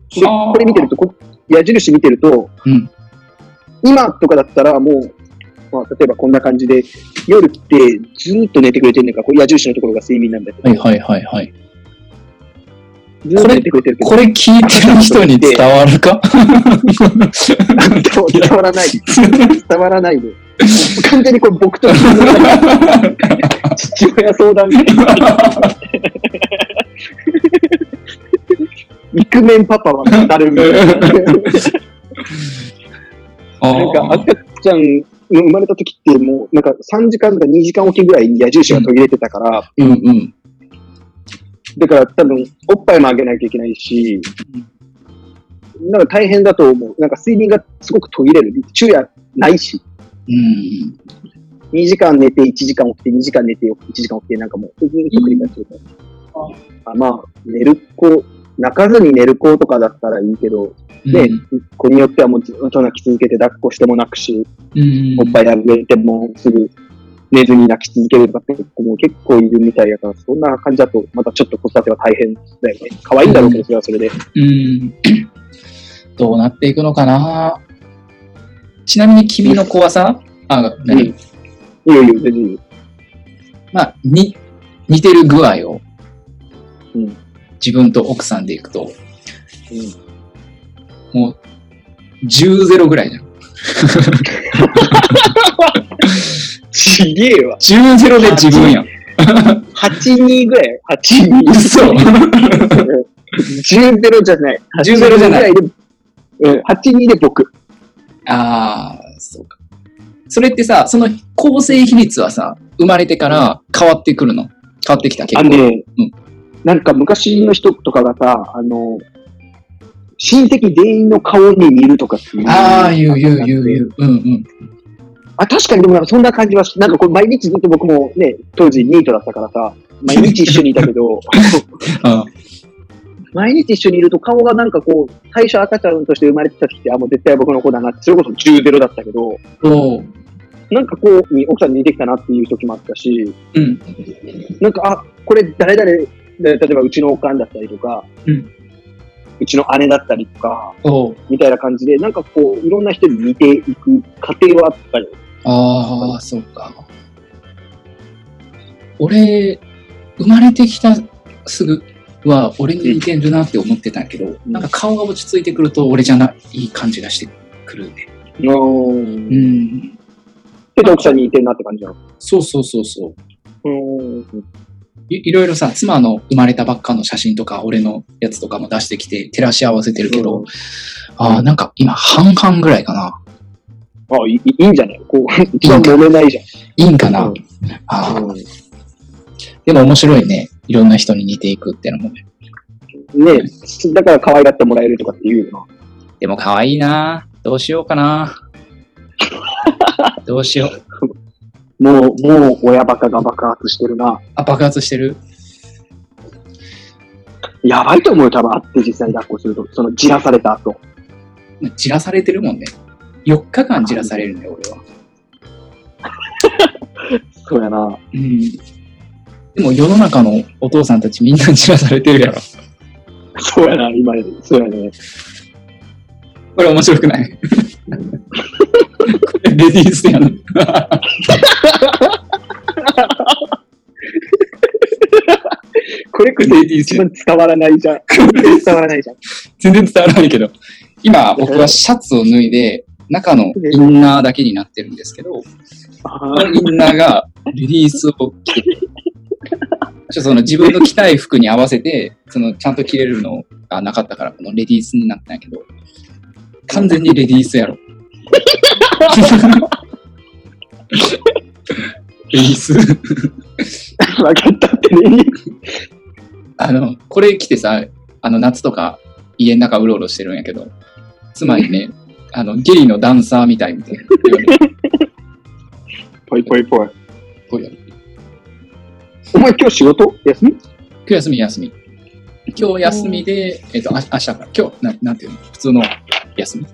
[SPEAKER 1] しこれ見てると、こ矢印見てると、
[SPEAKER 2] うん
[SPEAKER 1] 今とかだったらもう、まあ、例えばこんな感じで、夜ってずーっと寝てくれてるのか、こう矢印のところが睡眠なんだけど、
[SPEAKER 2] はいはいはいはい。
[SPEAKER 1] ずーっと寝てくれてるけど、
[SPEAKER 2] これ聞いてる人に伝わ
[SPEAKER 1] *laughs*
[SPEAKER 2] るか
[SPEAKER 1] 伝わらない。伝わらないで。完全にこれ僕と *laughs* 父親相談会。イクメンパパは語
[SPEAKER 2] *laughs*
[SPEAKER 1] るみたいな。
[SPEAKER 2] あ
[SPEAKER 1] なんか
[SPEAKER 2] ー
[SPEAKER 1] 赤ちゃんの生まれた時ってもうなんか3時間か2時間おきぐらいに矢印が途切れてたから、
[SPEAKER 2] うんうん。
[SPEAKER 1] だから多分おっぱいもあげなきゃいけないし、なんか大変だと思う。なんか睡眠がすごく途切れる。昼夜ないし、
[SPEAKER 2] うん。
[SPEAKER 1] 2時間寝て1時間起きて2時間寝て1時間起きてなんかもうずっと繰り返してるから。あまあ、寝る子、泣かずに寝る子とかだったらいいけど、
[SPEAKER 2] う
[SPEAKER 1] で
[SPEAKER 2] ん、
[SPEAKER 1] 子によってはもうずっと泣き続けて抱っこしても泣くし、
[SPEAKER 2] うん
[SPEAKER 1] おっぱいあげてもすぐ寝ずに泣き続けるとかって子も結構いるみたいだから、そんな感じだと、またちょっと子育ては大変だよね。可愛いんだろうけど、それはそれで。
[SPEAKER 2] うん。どうなっていくのかなちなみに君の子はさ、あ、
[SPEAKER 1] うん。
[SPEAKER 2] 何、
[SPEAKER 1] いいよいいよ、全然いいよ。
[SPEAKER 2] まあ、に、似てる具合を、
[SPEAKER 1] うん
[SPEAKER 2] 自分と奥さんでいくと、
[SPEAKER 1] うん
[SPEAKER 2] もう、10ゼロぐらいじゃん。
[SPEAKER 1] ちげえわ。
[SPEAKER 2] 10ゼロで自分やん。
[SPEAKER 1] 82ぐらい ?82。
[SPEAKER 2] 嘘
[SPEAKER 1] 10ゼロじゃない。
[SPEAKER 2] 10ゼロじゃない
[SPEAKER 1] 82ぐらいで。うん、82で僕。
[SPEAKER 2] ああ、そうか。それってさ、その構成比率はさ、生まれてから変わってくるの変わってきた結
[SPEAKER 1] あ
[SPEAKER 2] 構。
[SPEAKER 1] のね、
[SPEAKER 2] うん
[SPEAKER 1] なんか昔の人とかがさ、あの、親戚全員の顔に似るとかっていう
[SPEAKER 2] ああ、言う言う言う言う。うんうん。
[SPEAKER 1] あ、確かにでもなんかそんな感じはし、なんかこう毎日ずっと僕もね、当時ニートだったからさ、毎日一緒にいたけど、
[SPEAKER 2] あ
[SPEAKER 1] 毎日一緒にいると顔がなんかこう、最初赤ちゃんとして生まれてた時って、あ、もう絶対僕の子だなって、それこそ10ゼロだったけど、
[SPEAKER 2] そう。
[SPEAKER 1] なんかこう、に奥さんに似てきたなっていう時もあったし、
[SPEAKER 2] うん。
[SPEAKER 1] なんか、あ、これ誰々、で例えばうちのおかんだったりとか、
[SPEAKER 2] うん
[SPEAKER 1] うちの姉だったりとか、
[SPEAKER 2] そう。
[SPEAKER 1] みたいな感じで、なんかこう、いろんな人に似ていく過程はあったよ。
[SPEAKER 2] ああ、そうか。俺、生まれてきたすぐは、俺に似てるなって思ってたけど、
[SPEAKER 1] ん
[SPEAKER 2] なんか顔が落ち着いてくると、俺じゃないい感じがしてくるね。
[SPEAKER 1] うん
[SPEAKER 2] う。ん。
[SPEAKER 1] けど奥さんに似てるなって感じなの。
[SPEAKER 2] そうそうそうそう。
[SPEAKER 1] うん。
[SPEAKER 2] いいろいろさ、妻の生まれたばっかの写真とか、俺のやつとかも出してきて、照らし合わせてるけど、
[SPEAKER 1] うん
[SPEAKER 2] ああ、なんか今半々ぐらいかな。
[SPEAKER 1] あいい、いいんじゃないこ *laughs* う、一番揉めないじゃん。
[SPEAKER 2] いいんかな。
[SPEAKER 1] うん
[SPEAKER 2] ああ、
[SPEAKER 1] ね
[SPEAKER 2] でも面白いね。いろんな人に似ていくってのもね。
[SPEAKER 1] えだから可愛がってもらえるとかって言うよ
[SPEAKER 2] でも可愛いなどうしよう
[SPEAKER 1] *laughs*
[SPEAKER 2] かなどうしよう。
[SPEAKER 1] な。もう、もう親バカが爆発してるな。
[SPEAKER 2] あ、爆発してる
[SPEAKER 1] やばいと思うよ、多分会って実際に抱っこすると。その、じらされた後。
[SPEAKER 2] 散らされてるもんね。4日間散らされるんだよ、俺は。
[SPEAKER 1] そうやな。
[SPEAKER 2] うん。でも世の中のお父さんたちみんな散らされてるやろ。
[SPEAKER 1] そうやな、今、そうやね。
[SPEAKER 2] これ面白くないこれレディースやな。
[SPEAKER 1] これく
[SPEAKER 2] レ
[SPEAKER 1] らい
[SPEAKER 2] ディース
[SPEAKER 1] 一
[SPEAKER 2] や
[SPEAKER 1] 番伝わらないじゃん。伝 *laughs* わらないじゃん。
[SPEAKER 2] 全然伝わらないけど。今、僕はシャツを脱いで、中のインナーだけになってるんですけど、
[SPEAKER 1] あ
[SPEAKER 2] このインナーがリリースを着てて、ちょっとその自分の着たい服に合わせて、そのちゃんと着れるのがなかったから、このレディースになったんやけど、完全にレディースや *laughs* ろ。レディース。
[SPEAKER 1] あ、わかったってね。
[SPEAKER 2] あの、これ着てさ、あの夏とか家の中うろうろしてるんやけど、妻にね、あの、ゲイのダンサーみたいみたいな。
[SPEAKER 1] ぽいぽいぽい。
[SPEAKER 2] こういう
[SPEAKER 1] お前今日仕事休み
[SPEAKER 2] 今日休み、休み。今日休みで、えっ、と、あ明日から、今日、ななんていうの普通の休み。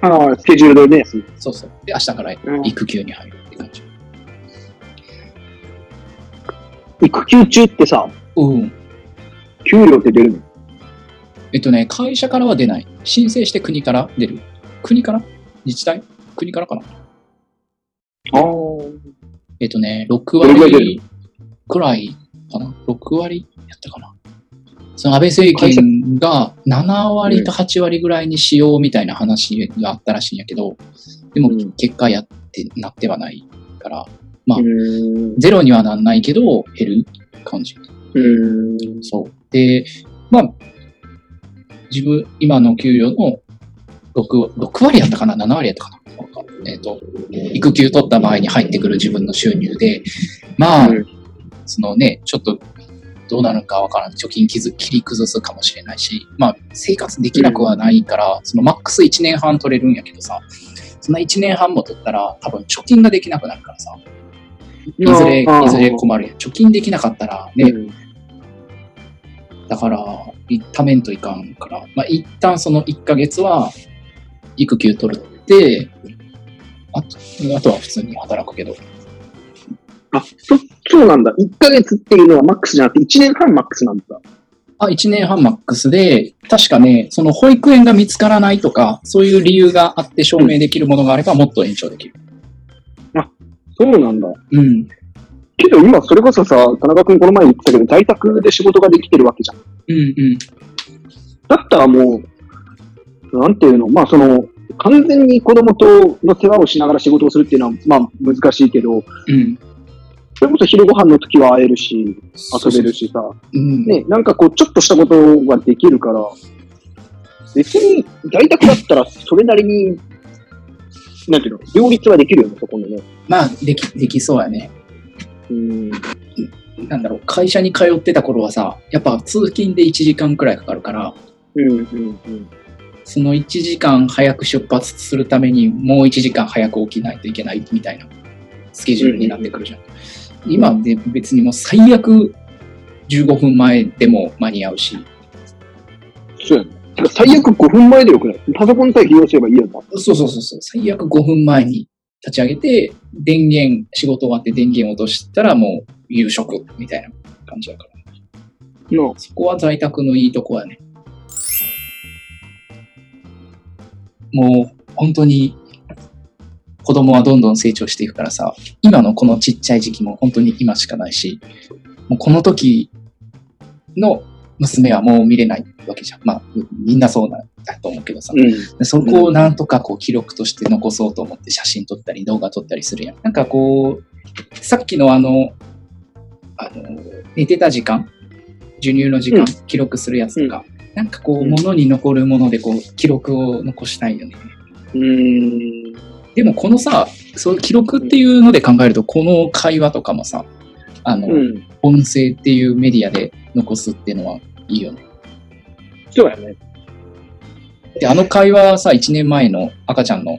[SPEAKER 1] ああ、スケジュール通りね、休み。
[SPEAKER 2] そうそう。で、明日から
[SPEAKER 1] うん
[SPEAKER 2] 育休に入るって感じ。
[SPEAKER 1] 育休中ってさ、
[SPEAKER 2] うん。
[SPEAKER 1] 給料って出るの
[SPEAKER 2] えっとね、会社からは出ない。申請して国から出る。国から自治体国からかな
[SPEAKER 1] ああ。
[SPEAKER 2] えっとね、6
[SPEAKER 1] どれぐらい出る
[SPEAKER 2] 割くらいかな ?6 割やったかなその安倍政権が7割と8割ぐらいにしようみたいな話があったらしいんやけど、でも
[SPEAKER 1] うん
[SPEAKER 2] 結果やって、なってはないから、あ
[SPEAKER 1] うん。
[SPEAKER 2] ゼロにはなんないけど減る感じ。
[SPEAKER 1] うん。
[SPEAKER 2] そう。で、まあ、自分、今の給料の 6, 6割やったかな ?7 割やったかなわかんないえっ、と、育休取った場合に入ってくる自分の収入で、まあ、
[SPEAKER 1] うん
[SPEAKER 2] そのね、ちょっと、どうなるかわからん。貯金きず切り崩すかもしれないし、まあ、生活できなくはないから、そのマックス1年半取れるんやけどさ、そんな1年半も取ったら、多分貯金ができなくなるからさ、いずれ、
[SPEAKER 1] あー
[SPEAKER 2] いずれ困るやん。貯金できなかったら、ね、
[SPEAKER 1] うん
[SPEAKER 2] だから、いためんといかんから、まあ、一旦その1ヶ月は、育休取るって、あと、あとは普通に働くけど、
[SPEAKER 1] そうなんだ。1ヶ月っていうのはマックスじゃなくて1年半マックスなんだ。
[SPEAKER 2] あ、1年半マックスで、確かね、その保育園が見つからないとか、そういう理由があって証明できるものがあればもっと延長できる。
[SPEAKER 1] そうなんだ。
[SPEAKER 2] うん。
[SPEAKER 1] けど今、それこそさ、田中君この前言ってたけど、在宅で仕事ができてるわけじゃん。
[SPEAKER 2] うんうん。
[SPEAKER 1] だったらもう、なんていうの、まあその、完全に子供との世話をしながら仕事をするっていうのは、まあ難しいけど、
[SPEAKER 2] うん。
[SPEAKER 1] それこそ昼ご飯の時は会えるし、遊べるしさ、
[SPEAKER 2] うん。
[SPEAKER 1] ね、なんかこう、ちょっとしたことができるから、別に在宅だったらそれなりに、なんていうの、両立はできるよね、そこにね。
[SPEAKER 2] まあ、でき、できそうやね。
[SPEAKER 1] うん。
[SPEAKER 2] なんだろう、会社に通ってた頃はさ、やっぱ通勤で1時間くらいかかるから、
[SPEAKER 1] うん、うん、うん。
[SPEAKER 2] その1時間早く出発するためにもう1時間早く起きないといけないみたいなスケジュールになってくるじゃん。今で別にもう最悪15分前でも間に合うし、
[SPEAKER 1] そうやね。てか最悪5分前でよくないパソコンさえ利用すればいいやんな。
[SPEAKER 2] そうそうそうそう、最悪5分前に立ち上げて、電源、仕事終わって電源落としたらもう夕食みたいな感じだから。
[SPEAKER 1] の、
[SPEAKER 2] そこは在宅のいいとこやね。もう本当に子供はどんどん成長していくからさ、今のこのちっちゃい時期も本当に今しかないし、もうこの時の娘はもう見れないわけじゃん。まあ、みんなそうなんだと思うけどさ。
[SPEAKER 1] うん。
[SPEAKER 2] でそこをなんとかこう記録として残そうと思って写真撮ったり動画撮ったりするやん。なんかこう、さっきのあの、あの、寝てた時間、授乳の時間、
[SPEAKER 1] うん
[SPEAKER 2] 記録するやつとか、なんかこ
[SPEAKER 1] う
[SPEAKER 2] う、
[SPEAKER 1] ん
[SPEAKER 2] 物に残るものでこう、記録を残したいよね。
[SPEAKER 1] うーん。
[SPEAKER 2] でもこのさ、その記録っていうので考えると、この会話とかもさ、あの、
[SPEAKER 1] うん。
[SPEAKER 2] 音声っていうメディアで残すっていうのはいいよね。
[SPEAKER 1] そうやね。
[SPEAKER 2] で、あの会話さ、1年前の赤ちゃんの、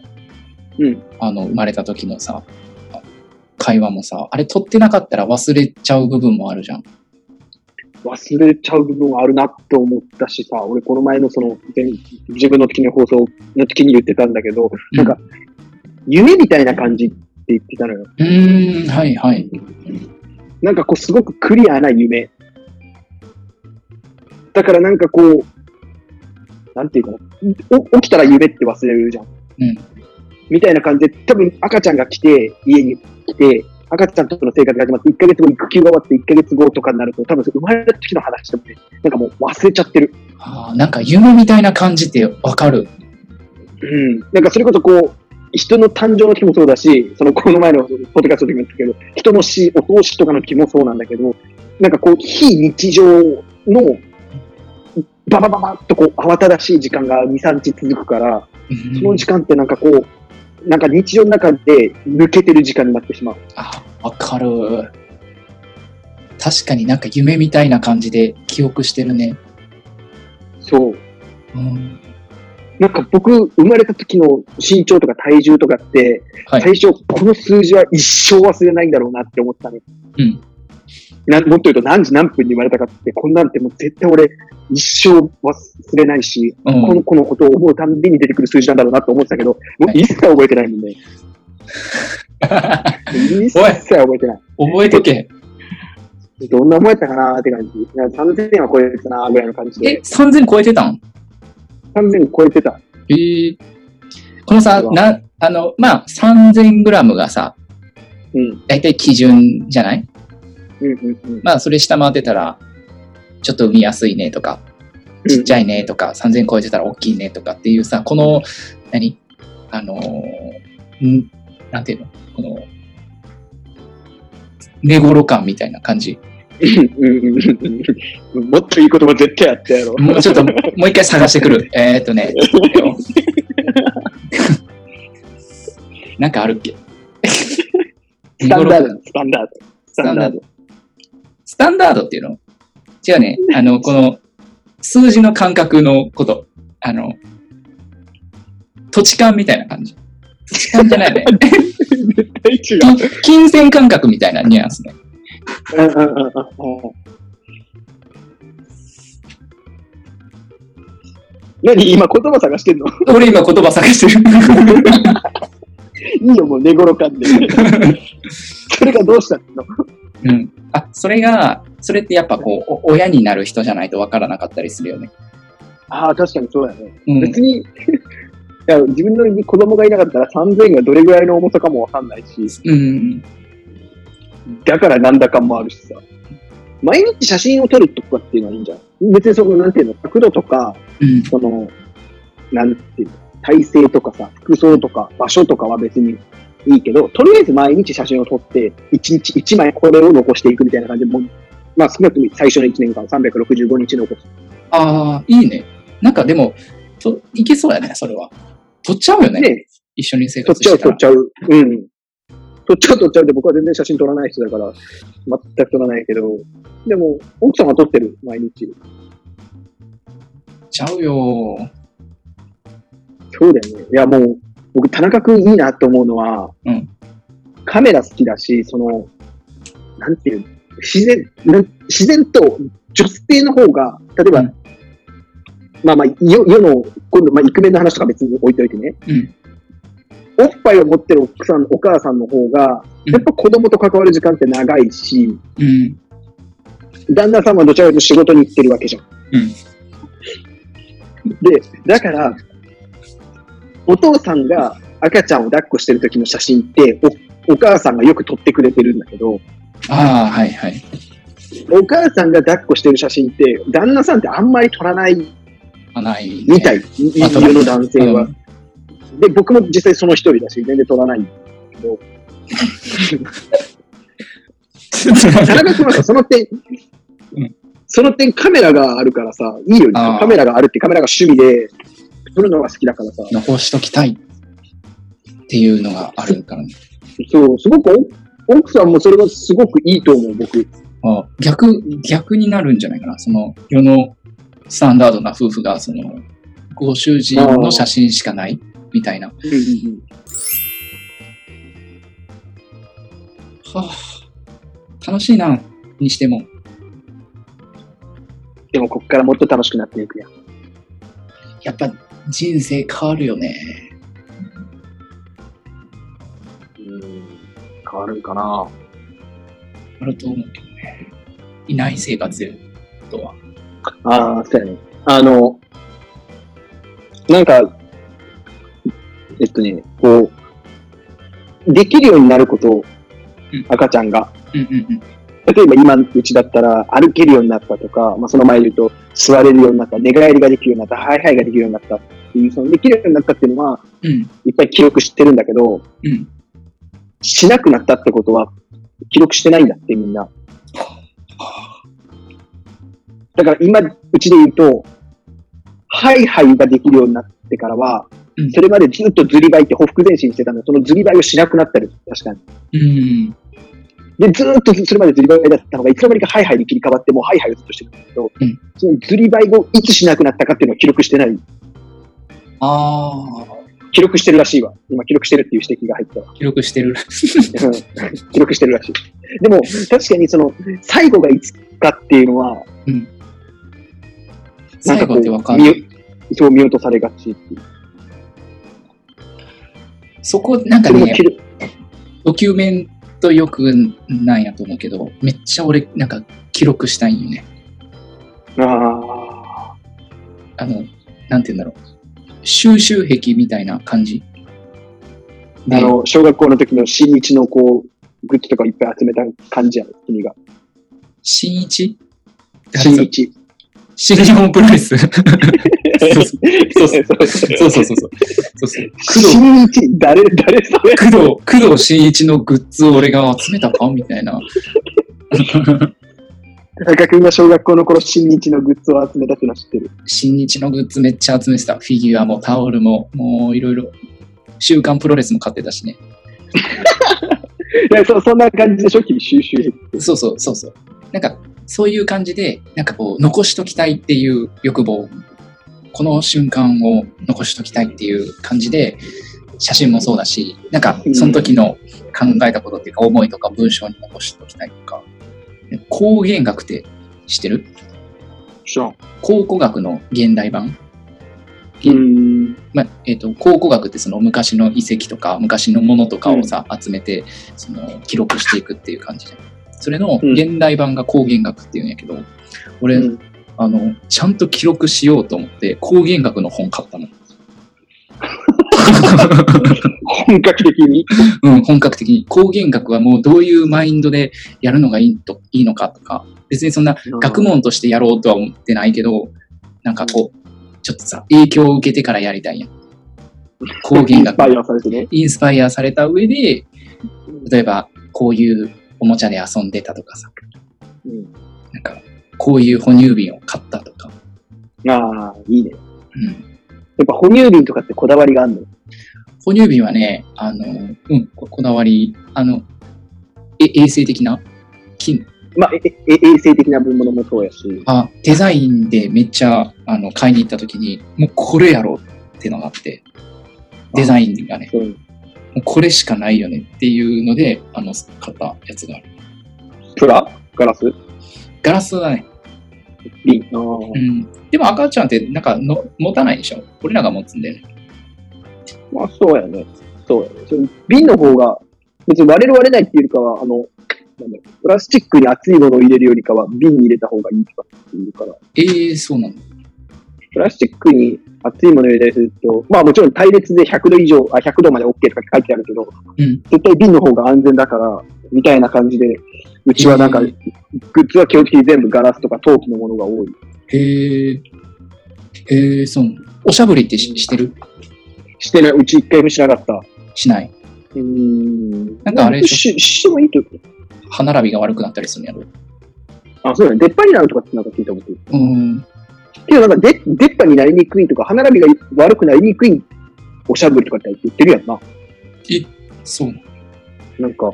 [SPEAKER 1] うん
[SPEAKER 2] あの、生まれた時のさ、会話もさ、あれ撮ってなかったら忘れちゃう部分もあるじゃん。
[SPEAKER 1] 忘れちゃう部分はあるなと思ったしさ、俺この前のその、前自分の時の放送の時に言ってたんだけど、なんか、夢みたいな感じって言ってたのよ。
[SPEAKER 2] うーん、はいはい。
[SPEAKER 1] なんかこう、すごくクリアな夢。だからなんかこう、なんていうかな、お起きたら夢って忘れるじゃん。
[SPEAKER 2] うん
[SPEAKER 1] みたいな感じで、多分赤ちゃんが来て、家に来て、赤ちゃんとの生活が始まって、1ヶ月後、育休が終わって1ヶ月後とかになると、多分生まれた時の話とかね、なんかもう忘れちゃってる。
[SPEAKER 2] あーなんか夢みたいな感じってわかる。
[SPEAKER 1] うん、なんかそれこそこう、人の誕生の時もそうだし、そのこの前のポッドキャストの時も言ったけど、人の死、お葬式とかの時もそうなんだけど、なんかこう、非日常の、ババババッとこう、慌ただしい時間が2、3日続くから、その時間ってなんかこう、なんか日常の中で抜けてる時間になってしまう。
[SPEAKER 2] あ、わかる。確かになんか夢みたいな感じで記憶してるね。
[SPEAKER 1] そう。
[SPEAKER 2] うん、
[SPEAKER 1] なんか僕、生まれた時の身長とか体重とかって、
[SPEAKER 2] はい
[SPEAKER 1] 最初、この数字は一生忘れないんだろうなって思ってたの。
[SPEAKER 2] うん
[SPEAKER 1] なもっと言うと何時何分に生まれたかって、こんなんてもう絶対俺、一生忘れないし、
[SPEAKER 2] う
[SPEAKER 1] この
[SPEAKER 2] ん。*laughs*
[SPEAKER 1] 子のことを思うたんびに出てくる数字なんだろうなと思ってたけど、も
[SPEAKER 2] は
[SPEAKER 1] う
[SPEAKER 2] い
[SPEAKER 1] 一切覚えてないもんね。
[SPEAKER 2] 覚
[SPEAKER 1] 一切覚えてない。
[SPEAKER 2] えとけ。
[SPEAKER 1] どんな思えたかなって感じ。なんか3000円は超えてたなぐらいの感じ
[SPEAKER 2] え
[SPEAKER 1] で、。
[SPEAKER 2] 3000超えてたん
[SPEAKER 1] 3000超えてた。
[SPEAKER 2] えーこのさ、な、あの、まあ、3000グラムがさ、
[SPEAKER 1] うん。
[SPEAKER 2] だいたい基準じゃない
[SPEAKER 1] うんうんうん。
[SPEAKER 2] まあ、それ下回ってたら、ちょっと産みやすいねとか、ちっちゃいねとか、3000超えてたら大きいねとかっていうさ、この、何あのー、んなんていうのこの、寝頃感みたいな感じ。
[SPEAKER 1] うんうんうんうんもっといい言葉絶対あったやろ。
[SPEAKER 2] もうちょっと、もう一回探してくる。えーっとね、ちょっと待ってよなんかあるっけ
[SPEAKER 1] スタンダード、スタンダード。ス
[SPEAKER 2] タンダード。スタンダードっていうの違うね。あの、この、数字の感覚のこと。あの、土地勘みたいな感じ。土地勘じゃない
[SPEAKER 1] *laughs*
[SPEAKER 2] ね。
[SPEAKER 1] 絶対違う。
[SPEAKER 2] き金銭感覚みたいなニュアンスね。
[SPEAKER 1] うんうんうんうん何今言葉探してんの *laughs*
[SPEAKER 2] 俺今言葉探してる。
[SPEAKER 1] いいよ、もう寝頃感
[SPEAKER 2] *laughs*
[SPEAKER 1] で。それがどうしたの
[SPEAKER 2] うん。あ、それが、それってやっぱこう、お親になる人じゃないとわからなかったりするよね。
[SPEAKER 1] ああ、確かにそうやね。
[SPEAKER 2] うん。
[SPEAKER 1] 別に、い *laughs* や自分の子供がいなかったら3000円がどれぐらいの重さかもわかんないし、
[SPEAKER 2] うん。
[SPEAKER 1] だからなんだかもあるしさ。毎日写真を撮るとかっていうのはいいんじゃん。別にその、なんていうの、角度とか、
[SPEAKER 2] うん。
[SPEAKER 1] その、なんていうの、体勢とかさ、服装とか、場所とかは別にいいけど、とりあえず毎日写真を撮って、一日一枚これを残していくみたいな感じで、もうまあ少なくとも最初の1年間、365日残す。
[SPEAKER 2] ああ、いいね。なんかでも、と、いけそうやね、それは。取っちゃうよね。
[SPEAKER 1] で、
[SPEAKER 2] 一緒に生
[SPEAKER 1] 撮っ
[SPEAKER 2] 活
[SPEAKER 1] ちゃ
[SPEAKER 2] し
[SPEAKER 1] う、
[SPEAKER 2] て
[SPEAKER 1] 撮
[SPEAKER 2] たら
[SPEAKER 1] っ。ちゃう。うん。撮っちゃう、撮っちゃうで、僕は全然写真撮らない人だから、全く撮らないけど、でも、奥さんは撮ってる、毎日。
[SPEAKER 2] ちゃうよー。
[SPEAKER 1] そうだよね。いや、もう、僕、田中君いいなと思うのは、
[SPEAKER 2] うん
[SPEAKER 1] カメラ好きだし、その、なんていうの、自然、なん自然と女性の方が、例えば、
[SPEAKER 2] うん
[SPEAKER 1] まあまあ、世世の、今度、まあ、イクメンの話とか別に置いといてね、
[SPEAKER 2] うん
[SPEAKER 1] おっぱいを持ってる奥さん、お母さんの方が、
[SPEAKER 2] うん
[SPEAKER 1] やっぱ子供と関わる時間って長いし、
[SPEAKER 2] うん。
[SPEAKER 1] 旦那さんはどちらかというと仕事に行ってるわけじゃん。
[SPEAKER 2] うん
[SPEAKER 1] で、だから、お父さんが赤ちゃんを抱っこしてる時の写真ってお、お母さんがよく撮ってくれてるんだけど、
[SPEAKER 2] ああ、はいはい。
[SPEAKER 1] お母さんが抱っこしてる写真って、旦那さんってあんまり撮らない
[SPEAKER 2] まあない、ね。
[SPEAKER 1] みたい、
[SPEAKER 2] まあ
[SPEAKER 1] 世の男性は。
[SPEAKER 2] うん
[SPEAKER 1] で、僕も実際その一人だし、全然撮らないんだけど、田中君はさその点
[SPEAKER 2] *laughs* うん、
[SPEAKER 1] その点カメラがあるからさ、いいよね
[SPEAKER 2] あー
[SPEAKER 1] カメラがあるってカメラが趣味で、撮るのが好きだからさ、
[SPEAKER 2] *laughs* 残しときたいっていうのがあるからね。
[SPEAKER 1] そう、すごくお奥さんもそれがすごくいいと思う、僕。
[SPEAKER 2] ああ逆、逆になるんじゃないかな。その、世のスタンダードな夫婦が、その、ご主人の写真しかないみたいな。はあ、楽しいな、にしても。
[SPEAKER 1] でもこっからもっと楽しくなっていくやん。
[SPEAKER 2] やっぱ人生変わるよね。
[SPEAKER 1] 変わるんかな
[SPEAKER 2] あると思うけどね。いない生活で、とは。
[SPEAKER 1] ああ、そうやね。あの、なんか、えっとね、こう、できるようになること
[SPEAKER 2] うん、
[SPEAKER 1] 赤ちゃんが。
[SPEAKER 2] うんうんうん。
[SPEAKER 1] 例えば今うちだったら歩けるようになったとか、まあ、その前で言うと座れるようになった、寝返りができるようになった、ハイハイができるようになったっていう、そのできるようになったっていうのは、
[SPEAKER 2] うん
[SPEAKER 1] いっぱい記録してるんだけど、
[SPEAKER 2] うん。
[SPEAKER 1] しなくなったってことは、記録してないんだってみんな。だから今、うちで言うと、ハイハイができるようになってからは
[SPEAKER 2] うん、
[SPEAKER 1] それまでずっとずりばいって、ほふく前進してたんだ。そのずりばいをしなくなったり、確かに。
[SPEAKER 2] うん。
[SPEAKER 1] で、ずーっとそれまでずりばいだったのが、いつの間にかハイハイに切り替わって、もうハイハイをずっとしてるんだけど、
[SPEAKER 2] うん
[SPEAKER 1] そのずりばいをいつしなくなったかっていうのを記録してない。
[SPEAKER 2] あ
[SPEAKER 1] 記録してるらしいわ。今、記録してるっていう指摘が入ったわ。
[SPEAKER 2] あ、記録してる。
[SPEAKER 1] うん *laughs* 記録してるらしい。でも、確かにその、最後がいつかっていうのは、なん
[SPEAKER 2] 最
[SPEAKER 1] かこ
[SPEAKER 2] 後ってわか
[SPEAKER 1] う、
[SPEAKER 2] んない。
[SPEAKER 1] 見そう見落とされがちっていう。
[SPEAKER 2] そこ、なんか
[SPEAKER 1] それも
[SPEAKER 2] ね
[SPEAKER 1] 記、録
[SPEAKER 2] ドキュメンと良くないなと思うけど、めっちゃ俺、なんか、記録したいんよね。
[SPEAKER 1] ああ。
[SPEAKER 2] あの、なんて言うんだろう。収集癖みたいな感じ。で
[SPEAKER 1] あの、小学校の時の新日のこう、グッズとかいっぱい集めた感じやん、君が。
[SPEAKER 2] 新一
[SPEAKER 1] 新日。
[SPEAKER 2] 新日本プロレス。そうそう *laughs* そうそ
[SPEAKER 1] そう
[SPEAKER 2] うそうそうそう。そうそう
[SPEAKER 1] 新日誰、誰それ
[SPEAKER 2] 工藤、工藤新一のグッズを俺が集めたかみたいな。
[SPEAKER 1] 田中君が小学校の頃、新日のグッズを集めたってのは知ってる。
[SPEAKER 2] 新日のグッズめっちゃ集めてた。フィギュアもタオルも、もういろいろ。週刊プロレスも買ってたしね。
[SPEAKER 1] いや、そそんな感じでしょ、君、収集。
[SPEAKER 2] そうそうそうそう。なんか、そういう感じで、なんかこう、残しときたいっていう欲望。この瞬間を残しときたいっていう感じで、写真もそうだし、なんか、その時の考えたことっていうか、思いとか文章に残しときたいとか。光源学って知ってる
[SPEAKER 1] 知らん。
[SPEAKER 2] 考古学の現代版。
[SPEAKER 1] うん。
[SPEAKER 2] まあえっと考古学ってその昔の遺跡とか昔のものとかをさ、集めてその記録していくっていう感じじゃんそれの
[SPEAKER 1] うん
[SPEAKER 2] 現代版が光源学っていうんやけど俺、
[SPEAKER 1] うん
[SPEAKER 2] あのちゃんと記録しようと思って光源学の本買っ
[SPEAKER 1] *laughs*
[SPEAKER 2] たの、
[SPEAKER 1] 本格的に。
[SPEAKER 2] うん、本格的に光源学はもうどういうマインドでやるのがいいといいのかとか別にそんな学問としてやろうとは思ってないけどなんかこうちょっとさ影響を受けてからやりたいやん
[SPEAKER 1] イン
[SPEAKER 2] 光源
[SPEAKER 1] ス
[SPEAKER 2] 学
[SPEAKER 1] パイアされてね。
[SPEAKER 2] インスパイアされた上で、例えばこういうおもちゃで遊んでたとかさ、
[SPEAKER 1] うん。
[SPEAKER 2] なんかこういう哺乳瓶を買ったとか、
[SPEAKER 1] ああ、いいね。や
[SPEAKER 2] うん。
[SPEAKER 1] っぱ哺乳瓶とかってこだわりがあるの
[SPEAKER 2] 哺乳瓶はね、あの、うん、ここだわり、あの、え衛生的な金、
[SPEAKER 1] まあ、ええ衛生的な分ものもそうやし。
[SPEAKER 2] あ、デザインでめっちゃ、あの、買いに行った時に、もうこれやろうってのがあって、デザインがね、
[SPEAKER 1] うん。
[SPEAKER 2] もうこれしかないよねっていうので、あの、買ったやつがある。
[SPEAKER 1] プラガラス
[SPEAKER 2] ガラスだね。
[SPEAKER 1] 瓶。ああ。
[SPEAKER 2] うん。でも赤ちゃんってなんかの持たないでしょ俺らが持つんだよね。
[SPEAKER 1] まあ、そうやね。そうやね。その瓶の方が、別に割れる割れないっていうよりかは、あの、なんだろうプラスチックに熱いものを入れるよりかは、瓶に入れた方がいいとかっていうから、
[SPEAKER 2] ええそうなんだ。
[SPEAKER 1] プラスチックに熱いものを入れたりすると、まあもちろん隊列で100度以上、あ、100度まで OK とか書いてあるけど、
[SPEAKER 2] うん
[SPEAKER 1] 絶対瓶の方が安全だから、みたいな感じで、うちはなんか、
[SPEAKER 2] えー
[SPEAKER 1] グッズは基本的に全部ガラスとか陶器のものが多い。
[SPEAKER 2] へえ。へえ、そうなんだ。おしゃぶりってししてる
[SPEAKER 1] してない、うち一回もしなかった。
[SPEAKER 2] しない。
[SPEAKER 1] うーん。
[SPEAKER 2] なんかあれでし
[SPEAKER 1] ししてもいいと。
[SPEAKER 2] 歯並びが悪くなったりするんやろ。
[SPEAKER 1] あ、そうだね。出っ張りになるとかってなんか聞いたことある
[SPEAKER 2] うん。
[SPEAKER 1] けどなんか出出っ歯になりにくいとか、歯並びが悪くなりにくいおしゃぶりとかって言ってるやんな。
[SPEAKER 2] そうなんだ。
[SPEAKER 1] なんか、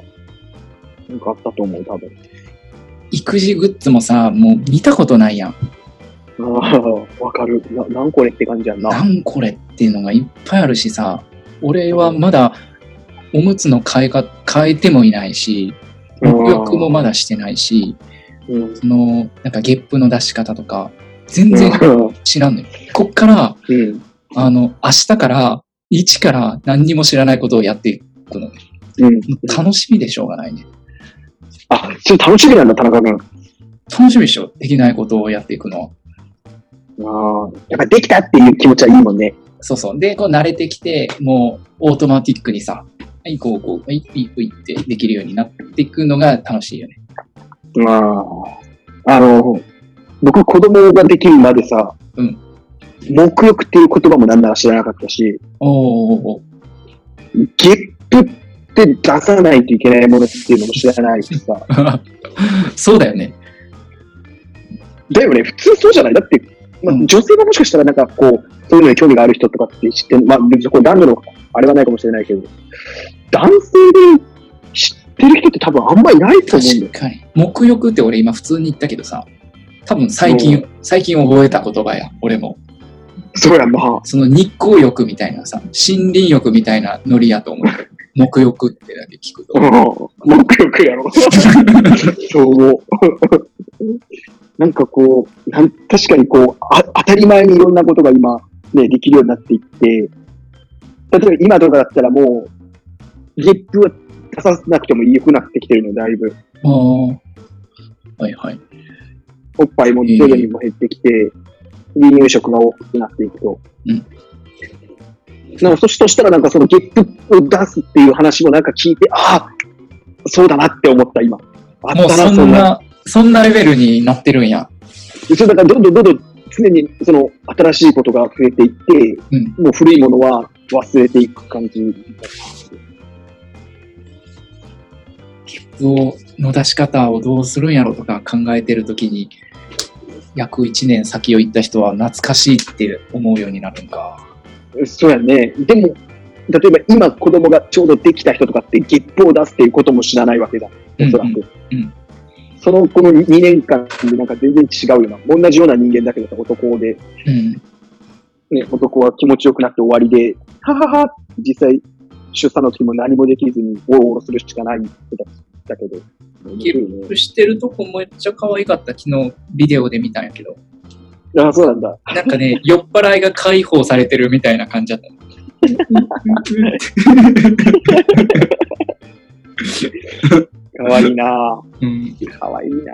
[SPEAKER 1] なんかあったと思う、多分。
[SPEAKER 2] 育児グッズもさ、もう見たことないやん。
[SPEAKER 1] ああ、わかる。な、なんこれって感じやんな。
[SPEAKER 2] なんこれっていうのがいっぱいあるしさ、俺はまだおむつの替えが、変えてもいないし、沐浴もまだしてないし、
[SPEAKER 1] うん。
[SPEAKER 2] その、なんかゲップの出し方とか、全然知らんのよ。こっから、
[SPEAKER 1] うん。
[SPEAKER 2] あの、明日から、一から何にも知らないことをやっていくの。
[SPEAKER 1] うん。
[SPEAKER 2] 楽しみでしょうがないね。
[SPEAKER 1] あ、それ楽しみなんだ、田中君。
[SPEAKER 2] 楽しみでしょできないことをやっていくのは。
[SPEAKER 1] ああ。やっぱできたっていう気持ちはいいもんね。
[SPEAKER 2] そうそう。で、こう慣れてきて、もうオートマティックにさ、はい、こう、こう、はい、いい、いいってできるようになっていくのが楽しいよね。
[SPEAKER 1] ああ。あの、僕子供ができるまでさ、
[SPEAKER 2] うん。
[SPEAKER 1] 沐浴っていう言葉もなんなら知らなかったし、
[SPEAKER 2] おーおーおー
[SPEAKER 1] ゲップって出さないといけないものっていうのも知らないしさ。
[SPEAKER 2] *laughs* そうだよね。
[SPEAKER 1] だよね、普通そうじゃないだって、まあ
[SPEAKER 2] うん
[SPEAKER 1] 女性はもしかしたらなんかこう、そういうのに興味がある人とかって知ってる、まあ別にこう男女のあれはないかもしれないけど、男性で知ってる人って多分あんまりいないと思うんだ
[SPEAKER 2] 確
[SPEAKER 1] よ。
[SPEAKER 2] かに。沐浴って俺今普通に言ったけどさ、多分最近、最近覚えた言葉や、俺も。
[SPEAKER 1] *laughs* そうやんな。
[SPEAKER 2] その日光浴みたいなさ、森林浴みたいなノリやと思うけど。沐浴ってだけ聞くと
[SPEAKER 1] う。ん。文句よくやろ。 *laughs* そう思う。なんかこう、なん確かにこうあ、当たり前にいろんなことが今、ね、できるようになっていって、例えば今とかだったらもう、ゲップは出さなくても良くなってきてるの、だいぶ。
[SPEAKER 2] ああ。はいはい。
[SPEAKER 1] おっぱいも徐々にも減ってきて、離乳食が大きくなっていくと。
[SPEAKER 2] うん
[SPEAKER 1] なんか、そしとしたらなんかそのゲップを出すっていう話もなんか聞いて、ああ、そうだなって思った、今。あ
[SPEAKER 2] も
[SPEAKER 1] っ
[SPEAKER 2] う
[SPEAKER 1] たな、
[SPEAKER 2] そ
[SPEAKER 1] そ
[SPEAKER 2] ん
[SPEAKER 1] んな。
[SPEAKER 2] な、そんなレベルになってるんや。
[SPEAKER 1] そうだからどんどんどんどん常にその新しいことが増えていって、
[SPEAKER 2] うん。
[SPEAKER 1] もう古いものは忘れていく感じ。
[SPEAKER 2] をの出し方をどうするんやろとか考えてるときに、約1年先を行った人は懐かしいって思うようになるんか。
[SPEAKER 1] そうやね。でも、例えば今子供がちょうどできた人とかってゲップを出すっていうことも知らないわけだ。おそら
[SPEAKER 2] うんう
[SPEAKER 1] く。
[SPEAKER 2] うん
[SPEAKER 1] そのこの2年間でなんか全然違うような。同じような人間だけどさ男で、
[SPEAKER 2] うん。
[SPEAKER 1] ね、男は気持ちよくなって終わりで、ははは実際、出産の時も何もできずに、おろおろするしかない人だけど。
[SPEAKER 2] ゲップしてるとこめっちゃ可愛かった。昨日ビデオで見たんやけど。
[SPEAKER 1] ああ、そうなんだ。
[SPEAKER 2] なん
[SPEAKER 1] *laughs*
[SPEAKER 2] かね、酔っ払いが解放されてるみたいな感じだった。
[SPEAKER 1] かわいいなぁ。
[SPEAKER 2] うん。
[SPEAKER 1] かわいいな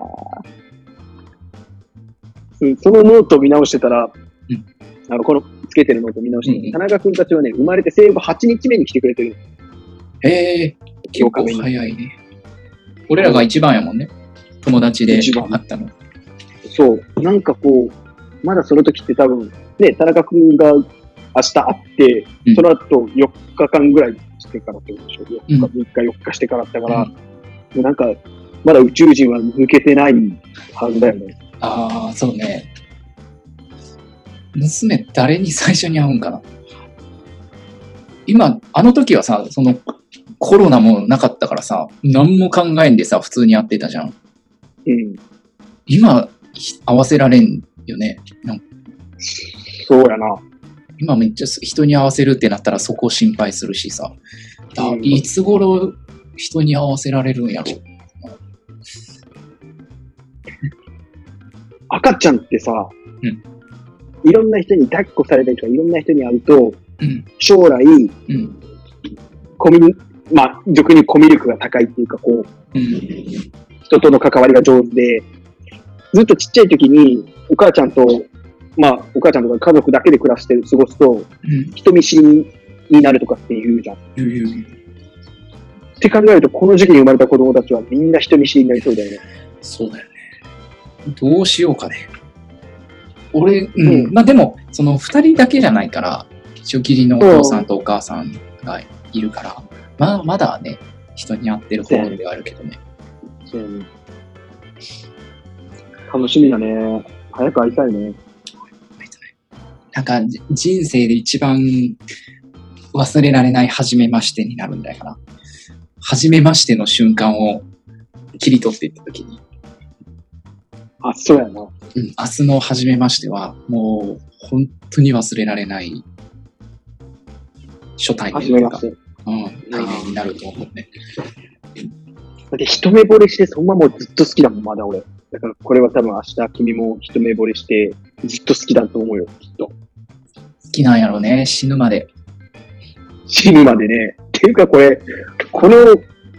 [SPEAKER 1] ぁ。そのノートを見直してたら、
[SPEAKER 2] うん
[SPEAKER 1] あの、このつけてるノートを見直して、
[SPEAKER 2] うんうん
[SPEAKER 1] 田中君たちはね、生まれて生後8日目に来てくれてる。
[SPEAKER 2] ええ結構早いね。俺らが一番やもんね。友達で
[SPEAKER 1] 一番
[SPEAKER 2] 会ったの。
[SPEAKER 1] そう。なんかこう、まだその時って多分、ね、田中君が明日会って、
[SPEAKER 2] うん
[SPEAKER 1] その後4日間ぐらいしてからってことでしょ。4日、
[SPEAKER 2] うん
[SPEAKER 1] 3日、4日してからだったから、
[SPEAKER 2] う
[SPEAKER 1] もうなんか、まだ宇宙人は抜けてないはずだよね。
[SPEAKER 2] ああ、そうね。娘、誰に最初に会うんかな。今、あの時はさ、その、コロナもなかったからさ、何も考えんでさ、普通に会ってたじゃん。
[SPEAKER 1] うん。
[SPEAKER 2] 今、ひ会わせられんよね。なんか
[SPEAKER 1] そうやな。
[SPEAKER 2] 今めっちゃ人に会わせるってなったらそこ心配するしさ。だ
[SPEAKER 1] うん
[SPEAKER 2] いつ頃人に会わせられるんやろ。
[SPEAKER 1] 赤ちゃんってさ、
[SPEAKER 2] うん
[SPEAKER 1] いろんな人に抱っこされたりとか、いろんな人に会うと、
[SPEAKER 2] うん。
[SPEAKER 1] 将来、
[SPEAKER 2] うん。
[SPEAKER 1] コミュニまあ、俗にコミュ力が高いっていうか、こう、
[SPEAKER 2] うん。
[SPEAKER 1] 人との関わりが上手で、ずっとちっちゃい時に、お母ちゃんと、まあ、お母ちゃんとか家族だけで暮らして過ごすと、
[SPEAKER 2] うん。
[SPEAKER 1] 人見知りになるとかっていうじゃん。っ
[SPEAKER 2] うん
[SPEAKER 1] て考えると、この時期に生まれた子供たちはみんな人見知りになりそうだよね。
[SPEAKER 2] そうだよね。どうしようかね。俺、うん。
[SPEAKER 1] うん
[SPEAKER 2] まあでも、その二人だけじゃないから、一応義理のお父さんとお母さんがいるから、まあまだね、人に会ってる方ではあるけどね。
[SPEAKER 1] 楽しみだね。早く会いたいね。
[SPEAKER 2] なんか、じ人生で一番忘れられない初めましてになるんだよな。初めましての瞬間を切り取っていったときに、
[SPEAKER 1] あ、そうやな。
[SPEAKER 2] うん、明日の初めましては、もう本当に忘れられない初対
[SPEAKER 1] 初
[SPEAKER 2] 面と
[SPEAKER 1] め
[SPEAKER 2] いう
[SPEAKER 1] ま
[SPEAKER 2] か
[SPEAKER 1] し、て。
[SPEAKER 2] うん、対面になると思うね。
[SPEAKER 1] だって一目惚れして、そんなもうずっと好きだもん、まだ俺。だからこれは多分明日君も一目惚れして、ずっと好きだと思うよ、きっと。
[SPEAKER 2] 好きなんやろね、死ぬまで。
[SPEAKER 1] 死ぬまでね。っていうかこれ、この、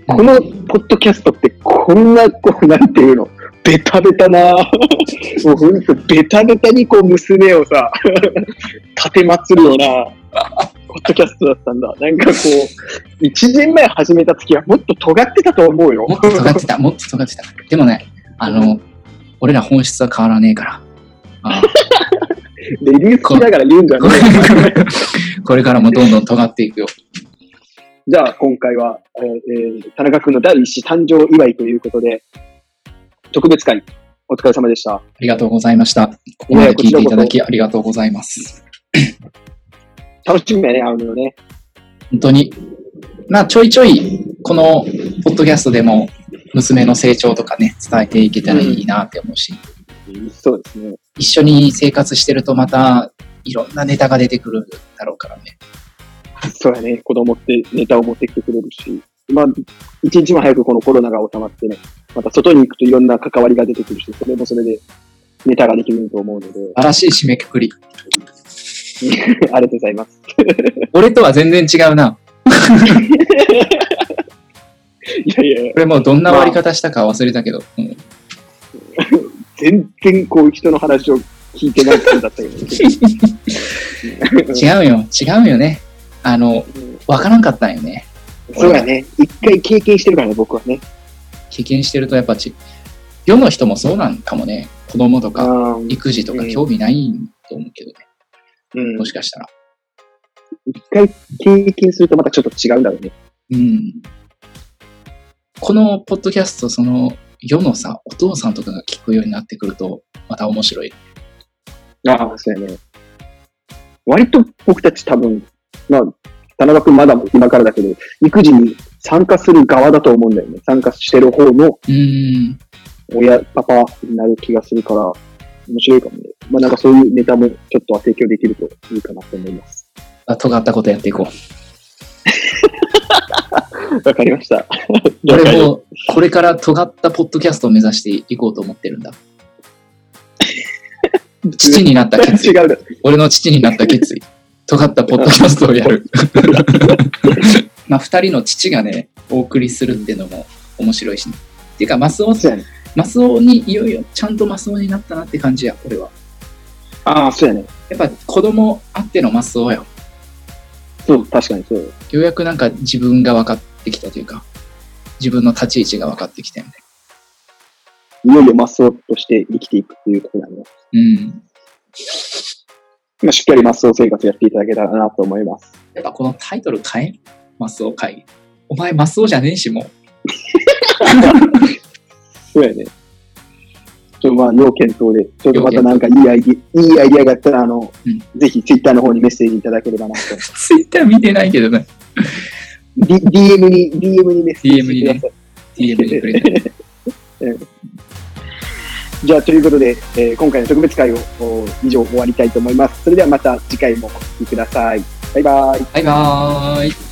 [SPEAKER 1] このポッドキャストってこんな、こう、なんていうの、ベタベタな、 *laughs* もうほんとベタベタにこう娘をさ、 *laughs* 立てまつるような、ポッドキャストだったんだ。なんかこう、一年前始めた時はもっと尖ってたと思う *laughs* よ
[SPEAKER 2] も。っと尖ってた、もっと尖ってた。でもね、あの、俺ら本質は変わらねえから。
[SPEAKER 1] *laughs*
[SPEAKER 2] あー
[SPEAKER 1] で、理由好きだから言うんじゃねえよ。
[SPEAKER 2] これからもどんどん尖っていくよ。
[SPEAKER 1] *laughs* じゃあ、今回は、えーえー田中君の第一子誕生祝いということで、特別会、お疲れ様でした。
[SPEAKER 2] ありがとうございました。ここまで聞いていただきありがとうございます。
[SPEAKER 1] 楽しみだね、会うのね。
[SPEAKER 2] 本当に、まあ、ちょいちょい、この、ポッドキャストでも、娘の成長とかね、伝えていけたらいいなって思うし、
[SPEAKER 1] そうですね。
[SPEAKER 2] 一緒に生活してるとまた、いろんなネタが出てくるだろうからね。
[SPEAKER 1] そうやね、子供ってネタを持ってきてくれるし、まあ、一日も早くこのコロナが収まってね、また外に行くといろんな関わりが出てくるし、それもそれでネタができると思うので、 *laughs*
[SPEAKER 2] 素晴らしい締めくくり。
[SPEAKER 1] ありがとうございます。
[SPEAKER 2] 俺とは全然違うな。
[SPEAKER 1] や *laughs* いやいや、
[SPEAKER 2] これもうどんな割り方したか忘れたけど、うん
[SPEAKER 1] 全然こう人の話を聞いてない感じだったけど。
[SPEAKER 2] *laughs* 違うよ、違うよね。あの、
[SPEAKER 1] うん
[SPEAKER 2] わからんかったんよね。
[SPEAKER 1] そうだね。一回経験してるからね、僕はね。
[SPEAKER 2] 経験してるとやっぱち、世の人もそうなんかもね、子供とか
[SPEAKER 1] あー
[SPEAKER 2] 育児とか
[SPEAKER 1] うん
[SPEAKER 2] 興味ないと思うけどね、
[SPEAKER 1] うん
[SPEAKER 2] もしかしたら。
[SPEAKER 1] 一回経験するとまたちょっと違うんだろうね。
[SPEAKER 2] うん。このポッドキャスト、その、世のさ、お父さんとかが聞くようになってくると、また面白い。
[SPEAKER 1] ああ、そうやね。割と僕たち多分、まあ、田中君まだ今からだけど、育児に参加する側だと思うんだよね。参加してる方の
[SPEAKER 2] うん。
[SPEAKER 1] 親、パパになる気がするから、面白いかもね。まあなんかそういうネタもちょっと提供できるといいかなと思います。
[SPEAKER 2] あ尖ったことやっていこ
[SPEAKER 1] *laughs*
[SPEAKER 2] う。
[SPEAKER 1] わかりました。了解
[SPEAKER 2] 俺も、これから尖ったポッドキャストを目指していこうと思ってるんだ。父になった決
[SPEAKER 1] 違
[SPEAKER 2] 意。
[SPEAKER 1] うだ。
[SPEAKER 2] 俺の父になった決意。尖ったポッドキャストをやる。まあ、二人の父がね、お送りするっていうのも面白いし、ね。っていうか、マスオ、
[SPEAKER 1] そうやね。
[SPEAKER 2] マスオに、いよいよ、ちゃんとマスオになったなって感じや、俺は。
[SPEAKER 1] ああ、そうやね。
[SPEAKER 2] やっぱ、子供あってのマスオよ。
[SPEAKER 1] そう、確かにそう。
[SPEAKER 2] ようやくなんか自分が分かってきたというか、自分の立ち位置が分かってきたよね。
[SPEAKER 1] いよいよマスオとして生きていくということなので、
[SPEAKER 2] うん。
[SPEAKER 1] まあしっかりマスオ生活やっていただけたらなと思います。
[SPEAKER 2] やっぱこのタイトル変えマスオ会議。お前マスオじゃねえし、もう。 *laughs*
[SPEAKER 1] そうやね。ちょっとまあ、要検討で、ちょっとまたなんかいいアイディいいアイディアがあったら、あの、
[SPEAKER 2] うん
[SPEAKER 1] ぜひツイッターの方にメッセージいただければなと。
[SPEAKER 2] ツイッター見てないけどね。
[SPEAKER 1] D、DM に、DM にメッセー
[SPEAKER 2] DM
[SPEAKER 1] ジ
[SPEAKER 2] に
[SPEAKER 1] くだ
[SPEAKER 2] ね
[SPEAKER 1] さい。
[SPEAKER 2] DM にくれて。
[SPEAKER 1] じゃあ、ということで、えー今回の特別会をお以上終わりたいと思います。それではまた次回もお聞きください。バイバイ。
[SPEAKER 2] バイバーイ。